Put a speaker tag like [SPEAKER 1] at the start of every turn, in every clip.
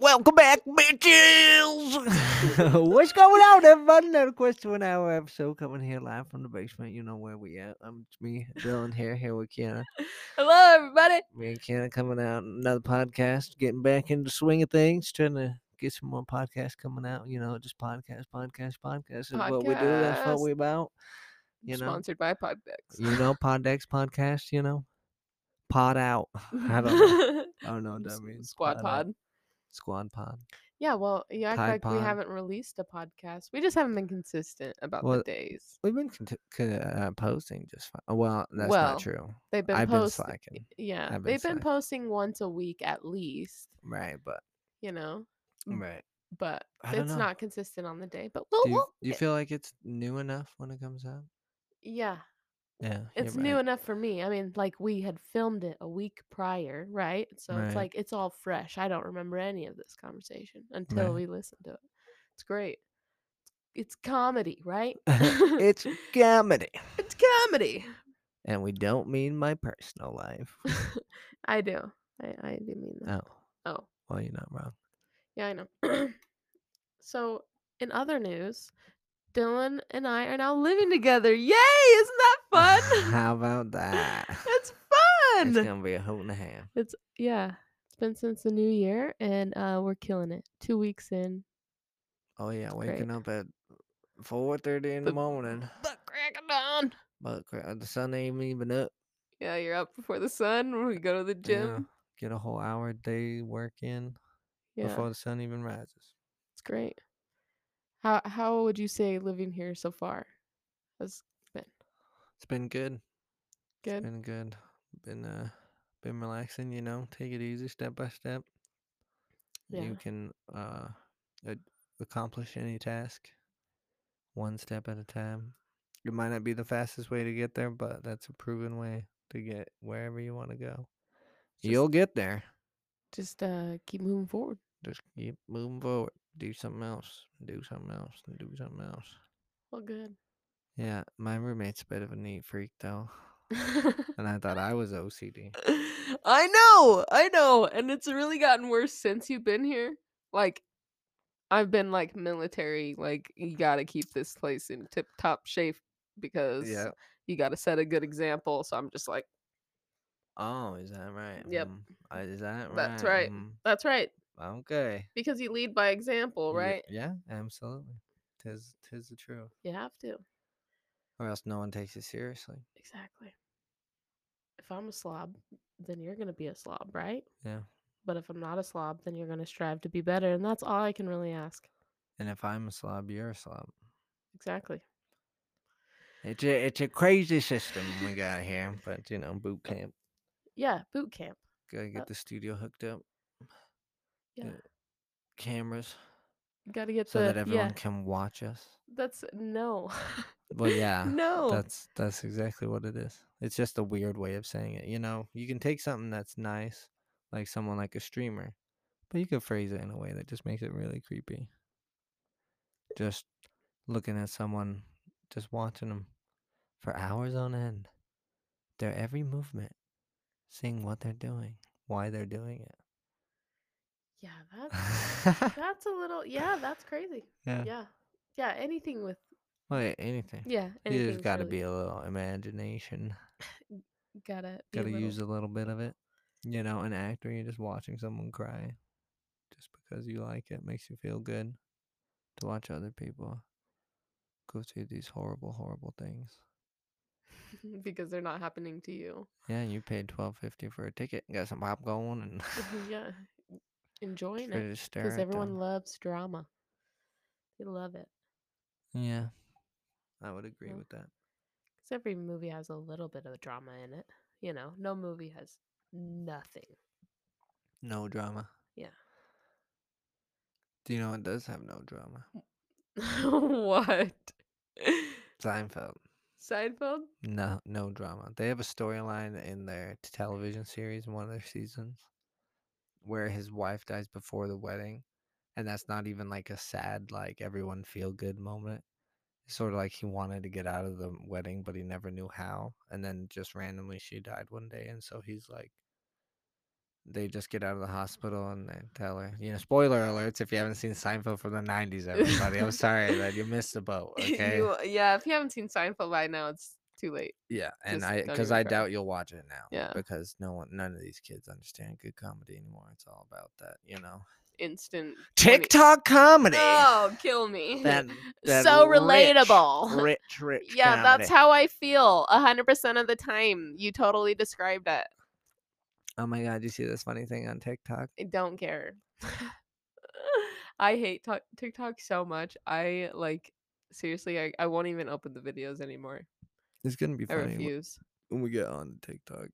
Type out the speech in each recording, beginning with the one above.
[SPEAKER 1] Welcome back, bitches.
[SPEAKER 2] What's going on, everybody? Another question one hour episode coming here live from the basement. You know where we at. I'm it's me, Dylan here, here with Kiana.
[SPEAKER 3] Hello, everybody.
[SPEAKER 2] Me and Kiana coming out another podcast, getting back into the swing of things, trying to get some more podcasts coming out. You know, just podcast, podcast, podcast is what we do. That's what
[SPEAKER 3] Podcast.
[SPEAKER 2] we about. You know,
[SPEAKER 3] Sponsored by Podbex.
[SPEAKER 2] you know, Poddex podcast. You know, pod out. I don't know.
[SPEAKER 3] know.
[SPEAKER 2] I don't know what that means.
[SPEAKER 3] Squad
[SPEAKER 2] Pod out.
[SPEAKER 3] Pod.
[SPEAKER 2] Squad pod.
[SPEAKER 3] Yeah, well, you act
[SPEAKER 2] Tide
[SPEAKER 3] like
[SPEAKER 2] Pod.
[SPEAKER 3] we haven't released a podcast. We just haven't been consistent about
[SPEAKER 2] Well,
[SPEAKER 3] the days.
[SPEAKER 2] We've been conti- co- uh, posting just fine. Well, that's
[SPEAKER 3] Well,
[SPEAKER 2] not true.
[SPEAKER 3] They've been
[SPEAKER 2] I've been
[SPEAKER 3] posting.
[SPEAKER 2] slacking.
[SPEAKER 3] Yeah,
[SPEAKER 2] I've been
[SPEAKER 3] they've
[SPEAKER 2] slacking.
[SPEAKER 3] been posting once a week at least.
[SPEAKER 2] Right, but
[SPEAKER 3] You know, Mm.
[SPEAKER 2] right.
[SPEAKER 3] but
[SPEAKER 2] I don't
[SPEAKER 3] it's
[SPEAKER 2] know.
[SPEAKER 3] not consistent on the day. But we'll,
[SPEAKER 2] Do you,
[SPEAKER 3] we'll
[SPEAKER 2] you
[SPEAKER 3] get-
[SPEAKER 2] feel like it's new enough when it comes out?
[SPEAKER 3] yeah,
[SPEAKER 2] Yeah, you're
[SPEAKER 3] it's new
[SPEAKER 2] right.
[SPEAKER 3] enough for me. I mean, like we had filmed it a week prior, right? So
[SPEAKER 2] Right.
[SPEAKER 3] it's like it's all fresh. I don't remember any of this conversation until
[SPEAKER 2] Right.
[SPEAKER 3] we listened to it. It's great. It's comedy, right?
[SPEAKER 2] it's comedy,
[SPEAKER 3] it's comedy.
[SPEAKER 2] and we don't mean my personal life.
[SPEAKER 3] I do. I, I do mean that.
[SPEAKER 2] Oh,
[SPEAKER 3] oh.
[SPEAKER 2] well, you're not wrong.
[SPEAKER 3] Yeah, I know. so, in other news, Dylan and I are now living together. Yay! Isn't that fun?
[SPEAKER 2] How about that?
[SPEAKER 3] it's
[SPEAKER 2] It's
[SPEAKER 3] fun.
[SPEAKER 2] gonna be a hoot and a half.
[SPEAKER 3] yeah, it's been since the new year, and uh, we're killing it. Two weeks in,
[SPEAKER 2] Oh yeah,
[SPEAKER 3] great.
[SPEAKER 2] waking up at four thirty in the,
[SPEAKER 3] The-
[SPEAKER 2] morning,
[SPEAKER 3] the crack of dawn.
[SPEAKER 2] but cra- the sun ain't even up.
[SPEAKER 3] Yeah, you're up before the sun. We go to the gym.
[SPEAKER 2] Get a whole hour day work in
[SPEAKER 3] Yeah,
[SPEAKER 2] before the sun even rises.
[SPEAKER 3] it's great. How how would you say living here so far? That's
[SPEAKER 2] It's been good.
[SPEAKER 3] good.
[SPEAKER 2] Been good. Been uh been relaxing, you know, take it easy step by step.
[SPEAKER 3] Yeah.
[SPEAKER 2] You can uh a- accomplish any task one step at a time. It might not be the fastest way to get there, but that's a proven way to get wherever you want to go.
[SPEAKER 3] Just-
[SPEAKER 2] You'll get there.
[SPEAKER 3] Just uh, keep moving forward.
[SPEAKER 2] Just keep moving forward. Do something else. Do something else. and Do something else.
[SPEAKER 3] Well, good.
[SPEAKER 2] Yeah, my roommate's a bit of a neat freak though, and I thought I was OCD.
[SPEAKER 3] I know, I know, and it's really gotten worse since you've been here. Like, I've been like military, like you gotta keep this place in tip top shape because
[SPEAKER 2] Yeah.
[SPEAKER 3] you gotta set a good example. So I'm just like,
[SPEAKER 2] Oh, is that right?
[SPEAKER 3] Yep.
[SPEAKER 2] Mm, uh, Is that right?
[SPEAKER 3] That's right.
[SPEAKER 2] Mm,
[SPEAKER 3] that's right,
[SPEAKER 2] Okay.
[SPEAKER 3] because you lead by
[SPEAKER 2] Ye-
[SPEAKER 3] example, right?
[SPEAKER 2] Yeah, absolutely. Tis tis the truth.
[SPEAKER 3] You have to.
[SPEAKER 2] Or else no one takes it seriously.
[SPEAKER 3] Exactly. If I'm a slob, then you're gonna be a slob, right?
[SPEAKER 2] Yeah.
[SPEAKER 3] But if I'm not a slob, then you're gonna strive to be better, and that's all I can really ask.
[SPEAKER 2] And if I'm a slob, you're a slob.
[SPEAKER 3] Exactly.
[SPEAKER 2] It's a it's a crazy system we got here, but you know, boot camp.
[SPEAKER 3] Yeah, boot camp.
[SPEAKER 2] Gotta get
[SPEAKER 3] Uh,
[SPEAKER 2] the studio hooked up,
[SPEAKER 3] Yeah.
[SPEAKER 2] Yeah. cameras,
[SPEAKER 3] You gotta get
[SPEAKER 2] so
[SPEAKER 3] the
[SPEAKER 2] that everyone
[SPEAKER 3] yeah.
[SPEAKER 2] can watch us.
[SPEAKER 3] That's no.
[SPEAKER 2] Well, yeah.
[SPEAKER 3] no.
[SPEAKER 2] That's that's exactly what it is. It's just a weird way of saying it. You know, you can take something that's nice, like someone like a streamer, but you could phrase it in a way that just makes it really creepy. Just looking at someone, just watching them for hours on end, their every movement, seeing what they're doing, why they're doing it.
[SPEAKER 3] yeah, that's that's a little yeah, that's crazy.
[SPEAKER 2] yeah.
[SPEAKER 3] Yeah. Yeah, anything with
[SPEAKER 2] Well, anything.
[SPEAKER 3] yeah,
[SPEAKER 2] You
[SPEAKER 3] anything
[SPEAKER 2] just got to be a little imagination.
[SPEAKER 3] gotta be
[SPEAKER 2] Gotta
[SPEAKER 3] a
[SPEAKER 2] use
[SPEAKER 3] little-
[SPEAKER 2] a little bit of it. You know, an actor, you're just watching someone cry just because you like it. Makes you feel good to watch other people go through these horrible, horrible things.
[SPEAKER 3] because they're not happening to you.
[SPEAKER 2] Yeah, you paid twelve fifty for a ticket and got some popcorn and
[SPEAKER 3] yeah. Enjoying
[SPEAKER 2] try to
[SPEAKER 3] it.
[SPEAKER 2] just stare
[SPEAKER 3] Because
[SPEAKER 2] at
[SPEAKER 3] everyone
[SPEAKER 2] them.
[SPEAKER 3] loves drama. They love it.
[SPEAKER 2] Yeah. I would agree
[SPEAKER 3] Yeah.
[SPEAKER 2] with that.
[SPEAKER 3] Because every movie has a little bit of drama in it. You know, no movie has nothing.
[SPEAKER 2] No drama.
[SPEAKER 3] Yeah.
[SPEAKER 2] Do you know what does have no drama?
[SPEAKER 3] what?
[SPEAKER 2] Seinfeld.
[SPEAKER 3] Seinfeld?
[SPEAKER 2] No, no drama. They have a storyline in their t- television series, in one of their seasons, where his wife dies before the wedding, and that's not even like a sad, like everyone feel good moment. It's sort of like he wanted to get out of the wedding, but he never knew how, and then just randomly she died one day, and so he's like, they just get out of the hospital and they tell her, you know, spoiler alerts if you haven't seen Seinfeld from the 90s, everybody. I'm sorry that you missed the boat. Okay.
[SPEAKER 3] You- yeah, if you haven't seen Seinfeld by now, it's too late.
[SPEAKER 2] yeah. And
[SPEAKER 3] just
[SPEAKER 2] I,
[SPEAKER 3] don't
[SPEAKER 2] because
[SPEAKER 3] even
[SPEAKER 2] I
[SPEAKER 3] try.
[SPEAKER 2] doubt you'll watch it now.
[SPEAKER 3] Yeah.
[SPEAKER 2] Because no one, none of these kids understand good comedy anymore. It's all about that, you know,
[SPEAKER 3] Instant. 20
[SPEAKER 2] TikTok comedy.
[SPEAKER 3] Oh, kill me.
[SPEAKER 2] That, that
[SPEAKER 3] so
[SPEAKER 2] rich,
[SPEAKER 3] relatable.
[SPEAKER 2] Rich, rich.
[SPEAKER 3] yeah,
[SPEAKER 2] comedy.
[SPEAKER 3] that's how I feel 100% of the time. You totally described it.
[SPEAKER 2] Oh my God. You see this funny thing on TikTok?
[SPEAKER 3] I don't care. I hate Tok- TikTok so much. I like seriously, I, I won't even open the videos anymore.
[SPEAKER 2] It's going to be
[SPEAKER 3] I
[SPEAKER 2] funny. wh-
[SPEAKER 3] refuse.
[SPEAKER 2] when we get on TikTok,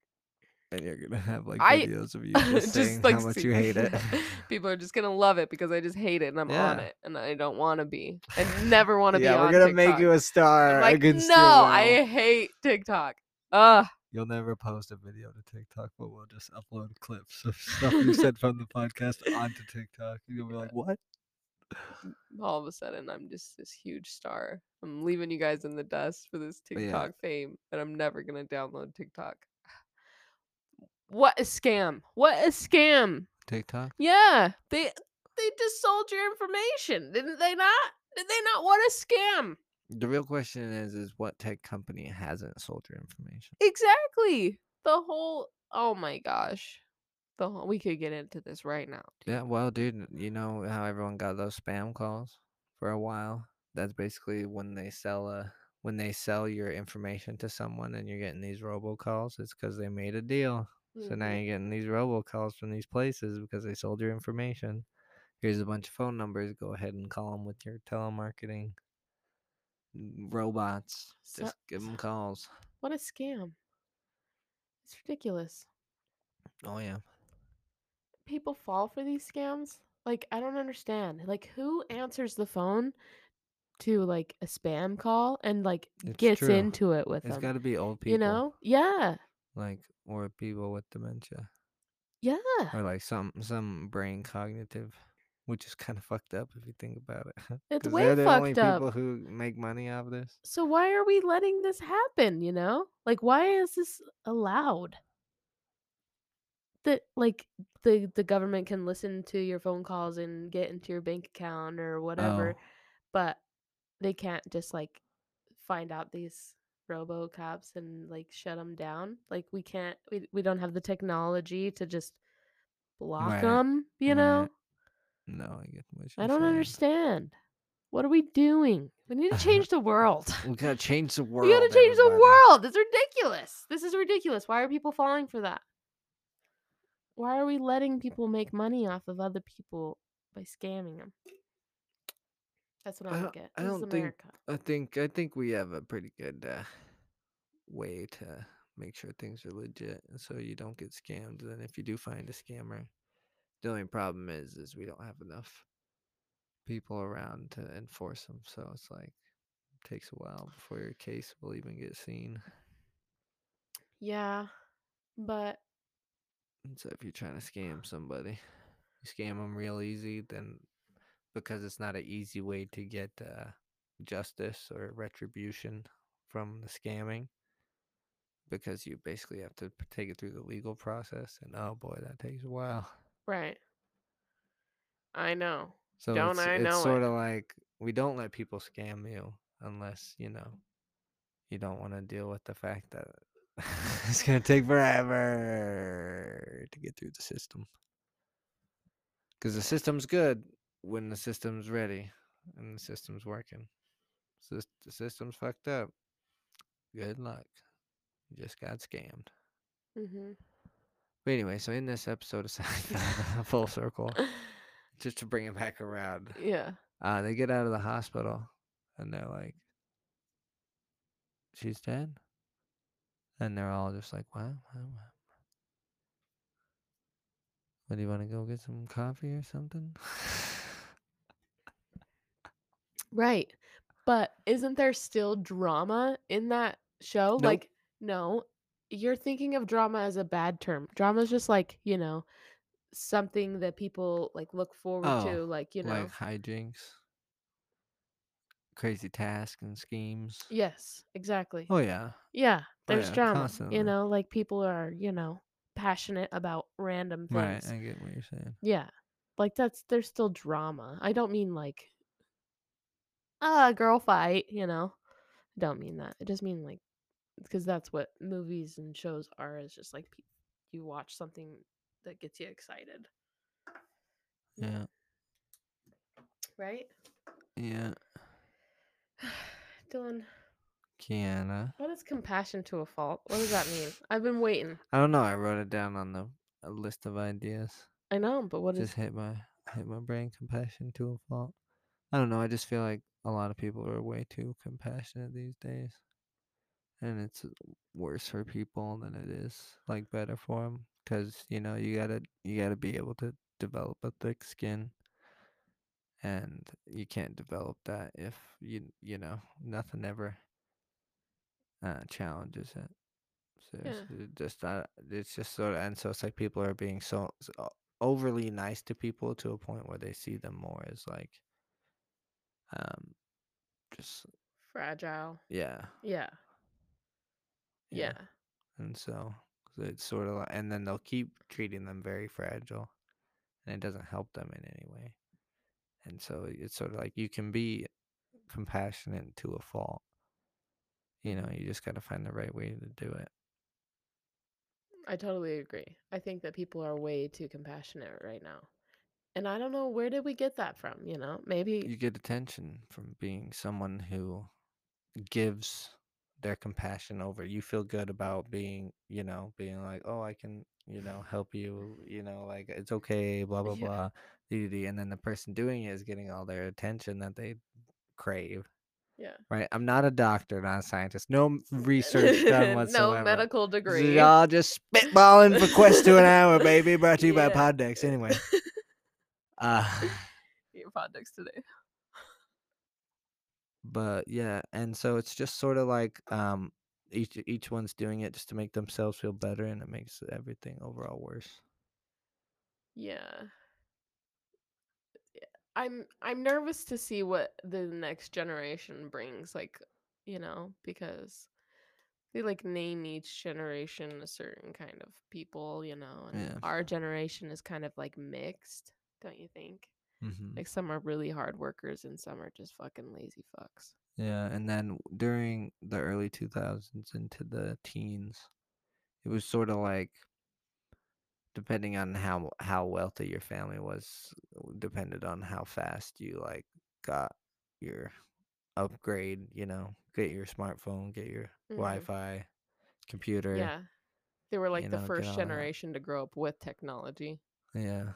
[SPEAKER 2] and you're gonna have like
[SPEAKER 3] I-
[SPEAKER 2] videos of you just, saying how much
[SPEAKER 3] see-
[SPEAKER 2] you hate it.
[SPEAKER 3] People are just gonna love it because I just hate it and I'm on
[SPEAKER 2] Yeah.
[SPEAKER 3] it and I don't want to be. I never want to
[SPEAKER 2] yeah,
[SPEAKER 3] be.
[SPEAKER 2] we're
[SPEAKER 3] on
[SPEAKER 2] gonna
[SPEAKER 3] TikTok.
[SPEAKER 2] make you a star
[SPEAKER 3] I'm like,
[SPEAKER 2] against
[SPEAKER 3] no,
[SPEAKER 2] your will.
[SPEAKER 3] I hate TikTok. Ugh.
[SPEAKER 2] You'll never post a video to TikTok, but we'll just upload clips of stuff you said from the podcast onto TikTok. And you'll be like, "What?
[SPEAKER 3] all of a sudden I'm just this huge star. I'm leaving you guys in the dust for this
[SPEAKER 2] yeah.
[SPEAKER 3] TikTok fame, and I'm never gonna download TikTok. What a scam! What a scam!
[SPEAKER 2] TikTok?
[SPEAKER 3] Yeah, they they just sold your information, didn't they? Not did they not? What a scam!
[SPEAKER 2] The real question is, is what tech company hasn't sold your information?
[SPEAKER 3] Exactly. The whole. Oh my gosh. The whole, we could get into this right now. dude.
[SPEAKER 2] Yeah, well, dude, you know how everyone got those spam calls for a while. That's basically when they sell a when they sell your information to someone and you're getting these robocalls. It's because they made a deal. So now
[SPEAKER 3] Mhm.
[SPEAKER 2] you're getting these robocalls from these places because they sold your information. Here's a bunch of phone numbers. Go ahead and call them with your telemarketing robots.
[SPEAKER 3] So-
[SPEAKER 2] Just give them calls.
[SPEAKER 3] What a scam! It's ridiculous.
[SPEAKER 2] Oh yeah.
[SPEAKER 3] people fall for these scams? Like I don't understand. Like who answers the phone to like a spam call and like
[SPEAKER 2] It's
[SPEAKER 3] gets
[SPEAKER 2] true.
[SPEAKER 3] into it with
[SPEAKER 2] It's
[SPEAKER 3] them?
[SPEAKER 2] got to be old people,
[SPEAKER 3] You know? Yeah.
[SPEAKER 2] like or people with dementia.
[SPEAKER 3] Yeah.
[SPEAKER 2] or like some some brain cognitive, which is kind of fucked up if you think about it.
[SPEAKER 3] It's
[SPEAKER 2] 'Cause
[SPEAKER 3] way
[SPEAKER 2] they're the only
[SPEAKER 3] fucked up.
[SPEAKER 2] people who make money off this.
[SPEAKER 3] So why are we letting this happen, you know? Like why is this allowed? That like the the government can listen to your phone calls and get into your bank account or whatever.
[SPEAKER 2] Oh,
[SPEAKER 3] but they can't just like find out these robo cops and like shut them down like we can't we, we don't have the technology to just block
[SPEAKER 2] Right,
[SPEAKER 3] them you
[SPEAKER 2] right.
[SPEAKER 3] know
[SPEAKER 2] no, I get what
[SPEAKER 3] i
[SPEAKER 2] you're
[SPEAKER 3] don't
[SPEAKER 2] saying.
[SPEAKER 3] understand what are we doing we need to change the world
[SPEAKER 2] We gotta change the world.
[SPEAKER 3] we gotta change the
[SPEAKER 2] everybody.
[SPEAKER 3] world it's ridiculous this is ridiculous why are people falling for that why are we letting people make money off of other people by scamming them that's
[SPEAKER 2] I
[SPEAKER 3] what i don't
[SPEAKER 2] don't-
[SPEAKER 3] get
[SPEAKER 2] I
[SPEAKER 3] this is
[SPEAKER 2] don't think
[SPEAKER 3] america
[SPEAKER 2] I think I think we have a pretty good uh, way to make sure things are legit, and so you don't get scammed. And then if you do find a scammer, the only problem is is we don't have enough people around to enforce them. So it's like takes a while before your case will even get seen.
[SPEAKER 3] Yeah, but
[SPEAKER 2] And so if you're trying to scam somebody, you scam them real easy, then because it's not an easy way to get uh, justice or retribution from the scamming, because you basically have to p- take it through the legal process, and oh boy, that takes a while.
[SPEAKER 3] right. I know.
[SPEAKER 2] So
[SPEAKER 3] Don't
[SPEAKER 2] it's,
[SPEAKER 3] I
[SPEAKER 2] it's
[SPEAKER 3] know it.
[SPEAKER 2] sort of like we don't let people scam you unless you know you don't want to deal with the fact that it's gonna take forever to get through the system. Because the system's good when the system's ready and the system's working. So if the system's fucked up. Good luck. You just got scammed.
[SPEAKER 3] Mm-hmm.
[SPEAKER 2] But anyway, so in this episode of Seinfeld, full circle, just to bring it back around.
[SPEAKER 3] yeah.
[SPEAKER 2] Uh, they get out of the hospital and they're like, she's dead? And they're all just like, wow, wow, wow. What do you want to go get some coffee or something?
[SPEAKER 3] Right. But isn't there still drama in that show?
[SPEAKER 2] Nope.
[SPEAKER 3] Like, no, you're thinking of drama as a bad term. Drama is just like, you know, something that people like look forward
[SPEAKER 2] Oh,
[SPEAKER 3] to, like, you know.
[SPEAKER 2] Like hijinks, crazy tasks and schemes.
[SPEAKER 3] Yes, exactly.
[SPEAKER 2] Oh, yeah.
[SPEAKER 3] Yeah,
[SPEAKER 2] Oh,
[SPEAKER 3] there's
[SPEAKER 2] yeah,
[SPEAKER 3] drama.
[SPEAKER 2] constantly.
[SPEAKER 3] You know, like people are, you know, passionate about random
[SPEAKER 2] Right,
[SPEAKER 3] things.
[SPEAKER 2] I get what you're saying.
[SPEAKER 3] Yeah. Like that's there's still drama. I don't mean like ah girl fight, you know. I don't mean that. I just mean like because that's what movies and shows are is just like pe- you watch something that gets you excited,
[SPEAKER 2] Yeah.
[SPEAKER 3] right?
[SPEAKER 2] Yeah.
[SPEAKER 3] Dylan,
[SPEAKER 2] Kiana.
[SPEAKER 3] what is compassion to a fault? What does that mean? I've been waiting.
[SPEAKER 2] I don't know. I wrote it down on the a list of ideas.
[SPEAKER 3] I know, but what is
[SPEAKER 2] Just hit my hit my brain. Compassion to a fault. I don't know. I just feel like a lot of people are way too compassionate these days, and it's worse for people than it is like better for them. Cause you know you gotta you gotta be able to develop a thick skin, and you can't develop that if you you know nothing ever uh, challenges it. So it's it just uh, it's just sort of and so it's like people are being so, so overly nice to people to a point where they see them more as like um just
[SPEAKER 3] fragile?
[SPEAKER 2] yeah
[SPEAKER 3] Yeah. Yeah.
[SPEAKER 2] and so so it's sort of like and then they'll keep treating them very fragile and it doesn't help them in any way and so it's sort of like you can be compassionate to a fault you know you just got to find the right way to do it
[SPEAKER 3] I totally agree. I think that people are way too compassionate right now. And I don't know where did we get that from, you know? Maybe
[SPEAKER 2] you get attention from being someone who gives their compassion over. You feel good about being, you know, being like, oh, I can, you know, help you, you know, like it's okay, blah blah
[SPEAKER 3] Yeah.
[SPEAKER 2] blah, dee, dee, dee. and then the person doing it is getting all their attention that they crave.
[SPEAKER 3] Yeah.
[SPEAKER 2] Right. I'm not a doctor, not a scientist. No m- research done whatsoever.
[SPEAKER 3] no medical
[SPEAKER 2] This is
[SPEAKER 3] degree.
[SPEAKER 2] Y'all just spitballing for quest to an hour, baby. Brought to you
[SPEAKER 3] Yeah.
[SPEAKER 2] by Poddex. Anyway. Uh
[SPEAKER 3] Your products today.
[SPEAKER 2] but yeah and so it's just sort of like um each each one's doing it just to make themselves feel better and it makes everything overall worse
[SPEAKER 3] Yeah. Yeah, I'm I'm nervous to see what the next generation brings, like, you know, because they like name each generation a certain kind of people, you know, and
[SPEAKER 2] Yeah.
[SPEAKER 3] our generation is kind of like mixed, don't you think?
[SPEAKER 2] mm-hmm.
[SPEAKER 3] Like some are really hard workers and some are just fucking lazy fucks.
[SPEAKER 2] yeah and then during the early 2000s into the teens it was sort of like depending on how how wealthy your family was depended on how fast you like got your upgrade you know get your smartphone get your
[SPEAKER 3] Mhm.
[SPEAKER 2] wi-fi computer
[SPEAKER 3] Yeah. They were like
[SPEAKER 2] you
[SPEAKER 3] the
[SPEAKER 2] know, get
[SPEAKER 3] first
[SPEAKER 2] all that.
[SPEAKER 3] generation to grow up with technology
[SPEAKER 2] yeah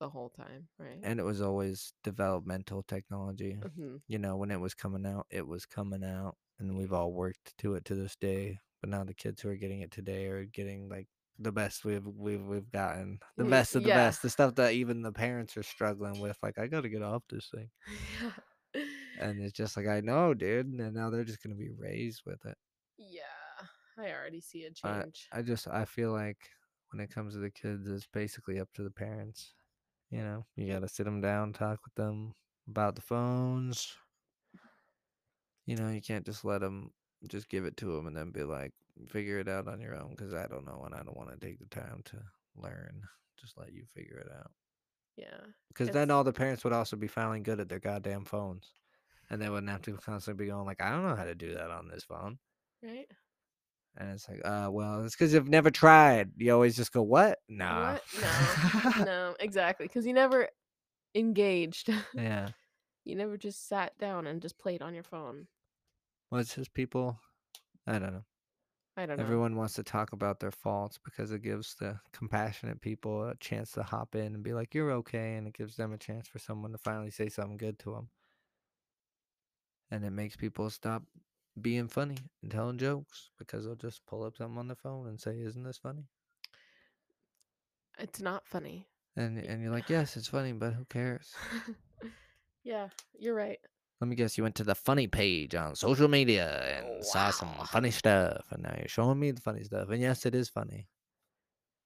[SPEAKER 3] the whole time, right?
[SPEAKER 2] and it was always developmental technology.
[SPEAKER 3] hmm
[SPEAKER 2] You know, when it was coming out, it was coming out, and we've all worked to it to this day. But now the kids who are getting it today are getting like the best we've we've we've gotten, the
[SPEAKER 3] Mm,
[SPEAKER 2] best of the
[SPEAKER 3] yeah.
[SPEAKER 2] best, the stuff that even the parents are struggling with. Like, I got to get off this thing,
[SPEAKER 3] yeah.
[SPEAKER 2] and it's just like, I know, dude. And now they're just gonna be raised with it.
[SPEAKER 3] Yeah. I already see a change.
[SPEAKER 2] I just I feel like when it comes to the kids, it's basically up to the parents. You know, you got to sit them down, talk with them about the phones. You know, you can't just let them just give it to them and then be like, figure it out on your own because I don't know and I don't want to take the time to learn. Just let you figure it out.
[SPEAKER 3] yeah.
[SPEAKER 2] Because then
[SPEAKER 3] It's-
[SPEAKER 2] all the parents would also be finally good at their goddamn phones. And they wouldn't have to constantly be going like, I don't know how to do that on this phone.
[SPEAKER 3] Right?
[SPEAKER 2] And it's like, uh, well, it's because you've never tried. You always just go, what? Nah.
[SPEAKER 3] What? No. no, exactly. Because you never engaged.
[SPEAKER 2] yeah.
[SPEAKER 3] you never just sat down and just played on your phone.
[SPEAKER 2] Well, it's just people. I don't know.
[SPEAKER 3] I don't know.
[SPEAKER 2] Everyone wants to talk about their faults because it gives the compassionate people a chance to hop in and be like, you're okay. And it gives them a chance for someone to finally say something good to them. And it makes people stop being funny and telling jokes because they'll just pull up something on their phone and say, isn't this funny?
[SPEAKER 3] It's not funny.
[SPEAKER 2] And,
[SPEAKER 3] Y-
[SPEAKER 2] and you're like, yes, it's funny, but who cares?
[SPEAKER 3] yeah, you're right.
[SPEAKER 2] Let me guess, you went to the funny page on social media and saw some
[SPEAKER 3] Oh, Wow.
[SPEAKER 2] funny stuff, and now you're showing me the funny stuff. And yes, it is funny.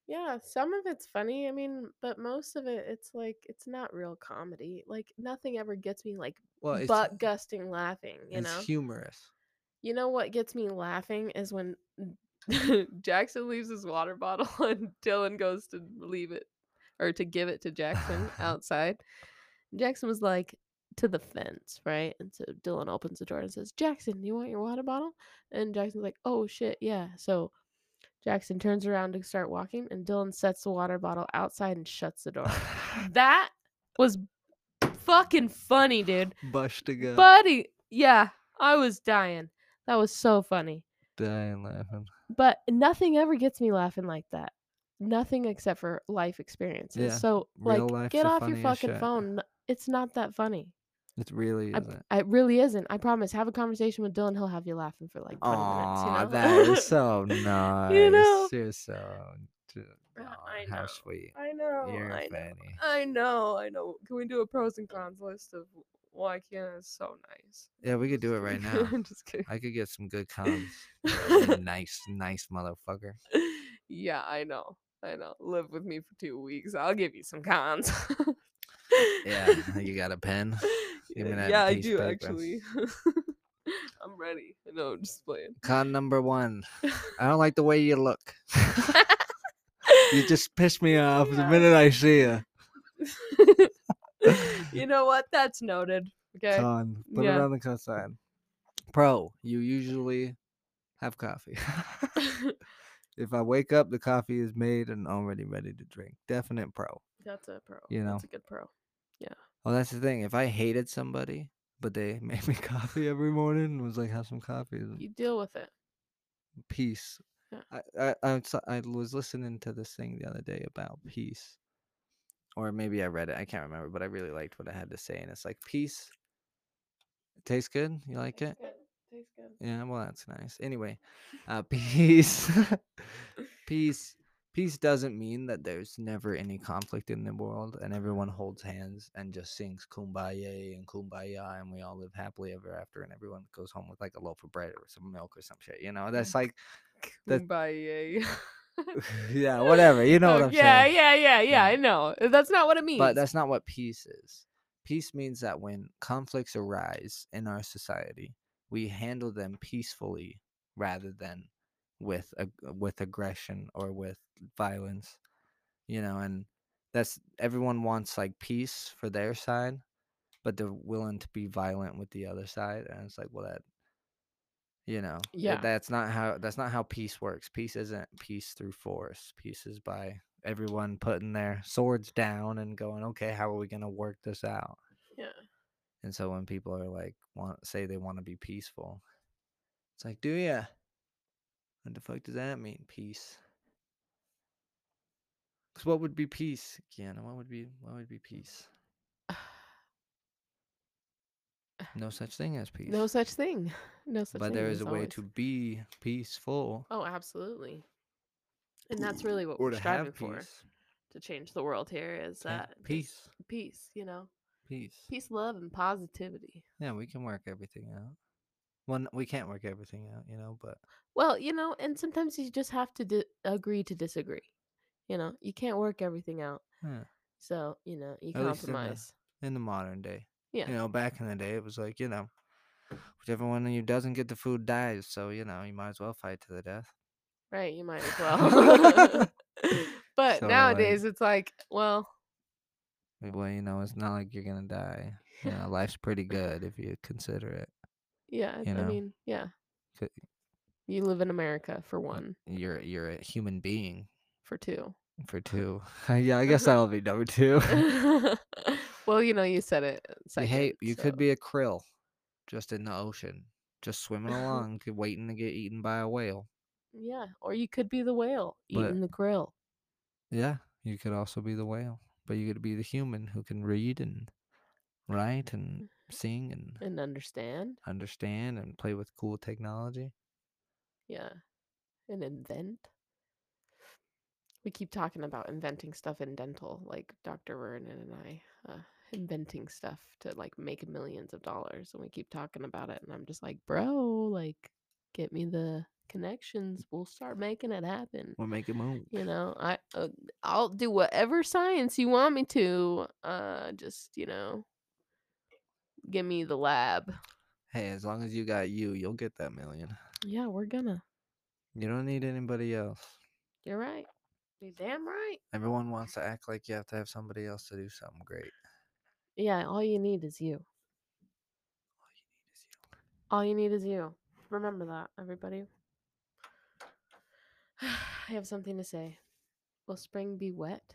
[SPEAKER 3] Yeah, some of it's funny. I mean, but most of it, it's like it's not real comedy. Like nothing ever gets me like
[SPEAKER 2] Well, it's,
[SPEAKER 3] butt gusting laughing. You
[SPEAKER 2] it's
[SPEAKER 3] know,
[SPEAKER 2] humorous.
[SPEAKER 3] you know what gets me laughing is when n- Jackson leaves his water bottle and Dylan goes to leave it or to give it to Jackson outside. Jackson was like to the fence, right? And so Dylan opens the door and says, Jackson, you want your water bottle? And Jackson's like, oh shit, yeah. So Jackson turns around to start walking and Dylan sets the water bottle outside and shuts the door. that was fucking funny, dude.
[SPEAKER 2] Bush to go.
[SPEAKER 3] Buddy, yeah, I was dying. That was so funny.
[SPEAKER 2] Dying laughing.
[SPEAKER 3] But nothing ever gets me laughing like that. Nothing except for life experiences.
[SPEAKER 2] Yeah,
[SPEAKER 3] So
[SPEAKER 2] real
[SPEAKER 3] like
[SPEAKER 2] life's
[SPEAKER 3] get
[SPEAKER 2] the
[SPEAKER 3] off your
[SPEAKER 2] funniest
[SPEAKER 3] fucking
[SPEAKER 2] shit.
[SPEAKER 3] phone. N- It's not that funny.
[SPEAKER 2] It really
[SPEAKER 3] I,
[SPEAKER 2] isn't.
[SPEAKER 3] it really isn't. I promise. Have a conversation with Dylan. He'll have you laughing for like 20 minutes. You
[SPEAKER 2] Aw,
[SPEAKER 3] know?
[SPEAKER 2] that is so nice.
[SPEAKER 3] You know?
[SPEAKER 2] You're so. d-
[SPEAKER 3] Uh,
[SPEAKER 2] aw,
[SPEAKER 3] I
[SPEAKER 2] How
[SPEAKER 3] know.
[SPEAKER 2] sweet.
[SPEAKER 3] I know.
[SPEAKER 2] You're
[SPEAKER 3] I know.
[SPEAKER 2] funny.
[SPEAKER 3] I know. I know. Can we do a pros and cons list of why Canada is so nice?
[SPEAKER 2] Yeah, we could
[SPEAKER 3] Just
[SPEAKER 2] do it right now.
[SPEAKER 3] kidding. just kidding.
[SPEAKER 2] I could get some good cons. you nice, nice motherfucker.
[SPEAKER 3] yeah, I know. I know. Live with me for two weeks. I'll give you some cons.
[SPEAKER 2] Yeah, you got a pen? Give me that
[SPEAKER 3] yeah, I
[SPEAKER 2] piece
[SPEAKER 3] do
[SPEAKER 2] of paper.
[SPEAKER 3] actually. I'm ready. No, I'm just playing.
[SPEAKER 2] Con number one. I don't like the way you look. you just piss me off the
[SPEAKER 3] Yeah.
[SPEAKER 2] minute I see you.
[SPEAKER 3] you know what? That's noted. Okay.
[SPEAKER 2] Con. Put it
[SPEAKER 3] Yeah.
[SPEAKER 2] on the con sign. Pro. You usually have coffee. if I wake up, the coffee is made and already ready to drink. Definite pro.
[SPEAKER 3] that's a pro.
[SPEAKER 2] You know.
[SPEAKER 3] That's a good pro.
[SPEAKER 2] Well, that's the thing. If I hated somebody, but they made me coffee every morning and was like, have some coffee. then
[SPEAKER 3] You deal with it.
[SPEAKER 2] peace.
[SPEAKER 3] Yeah.
[SPEAKER 2] I, I, I, was, I was listening to this thing the other day about peace. Or maybe I read it. I can't remember, but I really liked what I had to say. And it's like, peace. tastes good? You like it?
[SPEAKER 3] Tastes good.
[SPEAKER 2] Yeah, well, that's nice. Anyway, uh, peace, peace, peace doesn't mean that there's never any conflict in the world and everyone holds hands and just sings kumbaya and kumbaya and we all live happily ever after and everyone goes home with like a loaf of bread or some milk or some shit. You know, that's like, That-
[SPEAKER 3] Kumbaya.
[SPEAKER 2] yeah, whatever. You know what
[SPEAKER 3] Oh,
[SPEAKER 2] I'm
[SPEAKER 3] yeah,
[SPEAKER 2] saying.
[SPEAKER 3] Yeah, yeah, yeah,
[SPEAKER 2] Yeah.
[SPEAKER 3] I know. That's not what it means.
[SPEAKER 2] But that's not what peace is. Peace means that when conflicts arise in our society, we handle them peacefully rather than with ag- with aggression or with violence. You know, and that's everyone wants like peace for their side, but they're willing to be violent with the other side, and it's like, well, that you know, it-
[SPEAKER 3] Yeah.
[SPEAKER 2] that's not how that's not how peace works. Peace isn't peace through force. Peace is by everyone putting their swords down and going, okay, how are we going to work this out?
[SPEAKER 3] Yeah.
[SPEAKER 2] And so when people are like, want say they want to be peaceful, it's like, do ya? What the fuck does that mean, peace? Because what would be peace, Kiana? What would be what would be peace? No such thing as peace.
[SPEAKER 3] no such thing. No such
[SPEAKER 2] but
[SPEAKER 3] thing.
[SPEAKER 2] there is a
[SPEAKER 3] as
[SPEAKER 2] way
[SPEAKER 3] always.
[SPEAKER 2] to be peaceful
[SPEAKER 3] Oh, absolutely. And that's really what we're striving for to change the world here is
[SPEAKER 2] Yeah,
[SPEAKER 3] that there's
[SPEAKER 2] peace,
[SPEAKER 3] peace, you know,
[SPEAKER 2] peace.
[SPEAKER 3] peace, love, and positivity.
[SPEAKER 2] Yeah, we can work everything out. Well, n- we can't work everything out, you know, but
[SPEAKER 3] Well, you know, and sometimes you just have to di- agree to disagree. You know, you can't work everything out.
[SPEAKER 2] yeah,
[SPEAKER 3] So, you know, you
[SPEAKER 2] At least in the-
[SPEAKER 3] compromise.
[SPEAKER 2] in the modern day,
[SPEAKER 3] Yeah.
[SPEAKER 2] you know, back in the day, it was like, you know, whichever one of you doesn't get the food dies. So, you know, you might as well fight to the death.
[SPEAKER 3] Right, you might as well. but
[SPEAKER 2] So, like-
[SPEAKER 3] nowadays it's like, well,
[SPEAKER 2] Well, you know, it's not like you're going to die. You know, life's pretty good if you consider it.
[SPEAKER 3] yeah,
[SPEAKER 2] You
[SPEAKER 3] I
[SPEAKER 2] know,
[SPEAKER 3] mean, yeah.
[SPEAKER 2] could-
[SPEAKER 3] You live in America for one,
[SPEAKER 2] You're you're a human being
[SPEAKER 3] for two.
[SPEAKER 2] for two. yeah, I guess that'll be number two.
[SPEAKER 3] well, you know, you said it. Second,
[SPEAKER 2] hey, you
[SPEAKER 3] so-
[SPEAKER 2] could be a krill just in the ocean, just swimming along, could- waiting to get eaten by a whale.
[SPEAKER 3] Yeah, or you could be the whale
[SPEAKER 2] But-
[SPEAKER 3] eating the grill.
[SPEAKER 2] Yeah, you could also be the whale, but you could be the human who can read and write and sing and
[SPEAKER 3] And understand.
[SPEAKER 2] understand and play with cool technology.
[SPEAKER 3] Yeah. And invent. We keep talking about inventing stuff in dental, like Dr. Vernon and I, uh, inventing stuff to like make millions of dollars. And we keep talking about it. And I'm just like, bro, like, get me the connections. We'll start making it happen.
[SPEAKER 2] We're making moves.
[SPEAKER 3] You know, I uh, I'll do whatever science you want me to. Uh, just you know, give me the lab.
[SPEAKER 2] Hey, as long as you got you, you'll get that million.
[SPEAKER 3] Yeah, we're gonna.
[SPEAKER 2] You don't need anybody else.
[SPEAKER 3] You're right. You're damn right.
[SPEAKER 2] Everyone wants to act like you have to have somebody else to do something great.
[SPEAKER 3] Yeah, all you need is you.
[SPEAKER 2] All you need is you.
[SPEAKER 3] All you need is you. Remember that, everybody. I have something to say. Will spring be wet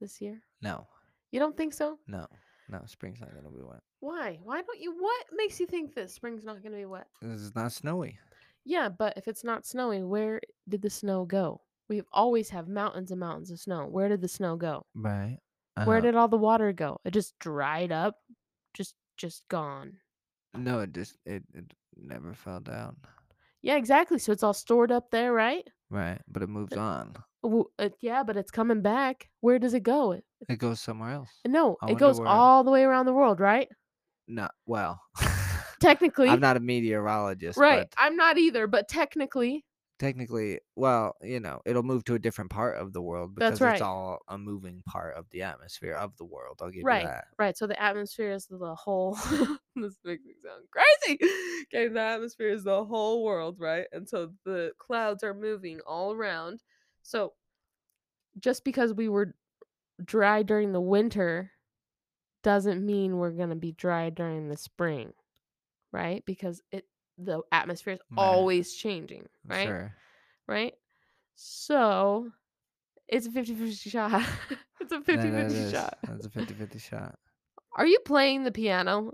[SPEAKER 3] this year?
[SPEAKER 2] No,
[SPEAKER 3] You don't think so?
[SPEAKER 2] no, no. Spring's not gonna be wet.
[SPEAKER 3] Why? Why don't you? What makes you think that spring's not going to be wet?
[SPEAKER 2] It's not snowy.
[SPEAKER 3] Yeah, but if it's not snowing, where did the snow go? We always have mountains and mountains of snow. Where did the snow go?
[SPEAKER 2] Right. Uh-huh.
[SPEAKER 3] Where did all the water go? It just dried up, just just gone.
[SPEAKER 2] No, it just it, it never fell down.
[SPEAKER 3] Yeah, exactly. So it's all stored up there, right?
[SPEAKER 2] Right, but it moves on.
[SPEAKER 3] W- uh, yeah, but it's coming back. Where does it go? It-
[SPEAKER 2] It goes somewhere else.
[SPEAKER 3] No,
[SPEAKER 2] I
[SPEAKER 3] it
[SPEAKER 2] wonder
[SPEAKER 3] goes
[SPEAKER 2] where-
[SPEAKER 3] all the way around the world, right?
[SPEAKER 2] Not well.
[SPEAKER 3] Technically,
[SPEAKER 2] I'm not a meteorologist,
[SPEAKER 3] right.
[SPEAKER 2] but
[SPEAKER 3] I'm not either, but technically,
[SPEAKER 2] technically, well, you know, it'll move to a different part of the world
[SPEAKER 3] That's
[SPEAKER 2] because
[SPEAKER 3] right.
[SPEAKER 2] it's all a moving part of the atmosphere of the world. I'll give
[SPEAKER 3] Right.
[SPEAKER 2] you that.
[SPEAKER 3] Right, so the atmosphere is the whole. this makes me sound crazy. Okay, the atmosphere is the whole world, right? And so the clouds are moving all around. So just because we were dry during the winter doesn't mean we're going to be dry during the spring, right? Because it the atmosphere is
[SPEAKER 2] Right.
[SPEAKER 3] always changing, right?
[SPEAKER 2] Sure.
[SPEAKER 3] Right? So it's a 50-50 shot. it's a 50-50
[SPEAKER 2] That- that is-
[SPEAKER 3] shot.
[SPEAKER 2] That's a 50-50 shot.
[SPEAKER 3] Are you playing the piano?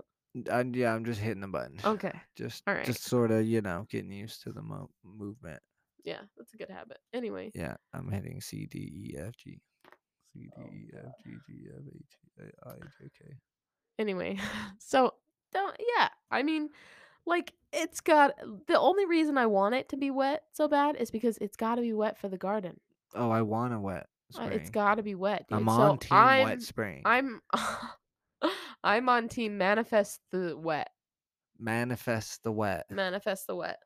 [SPEAKER 2] i yeah, I'm just hitting the button.
[SPEAKER 3] Okay.
[SPEAKER 2] Just,
[SPEAKER 3] Oh, all right.
[SPEAKER 2] just sort of, you know, getting used to the mo- movement.
[SPEAKER 3] Yeah, that's a good habit. Anyway,
[SPEAKER 2] Yeah, I'm hitting C D E F G. C D E F G G F H A I J K.
[SPEAKER 3] anyway. So, don't yeah, I mean, like it's got the only reason I want it to be wet so bad is because it's got to be wet for the garden.
[SPEAKER 2] Oh, I want a wet
[SPEAKER 3] Uh,
[SPEAKER 2] spring.
[SPEAKER 3] It's got to be wet. Dude.
[SPEAKER 2] I'm
[SPEAKER 3] so
[SPEAKER 2] on team
[SPEAKER 3] I'm,
[SPEAKER 2] wet spring.
[SPEAKER 3] I'm I'm on team manifest the wet.
[SPEAKER 2] manifest the wet.
[SPEAKER 3] Manifest the wet.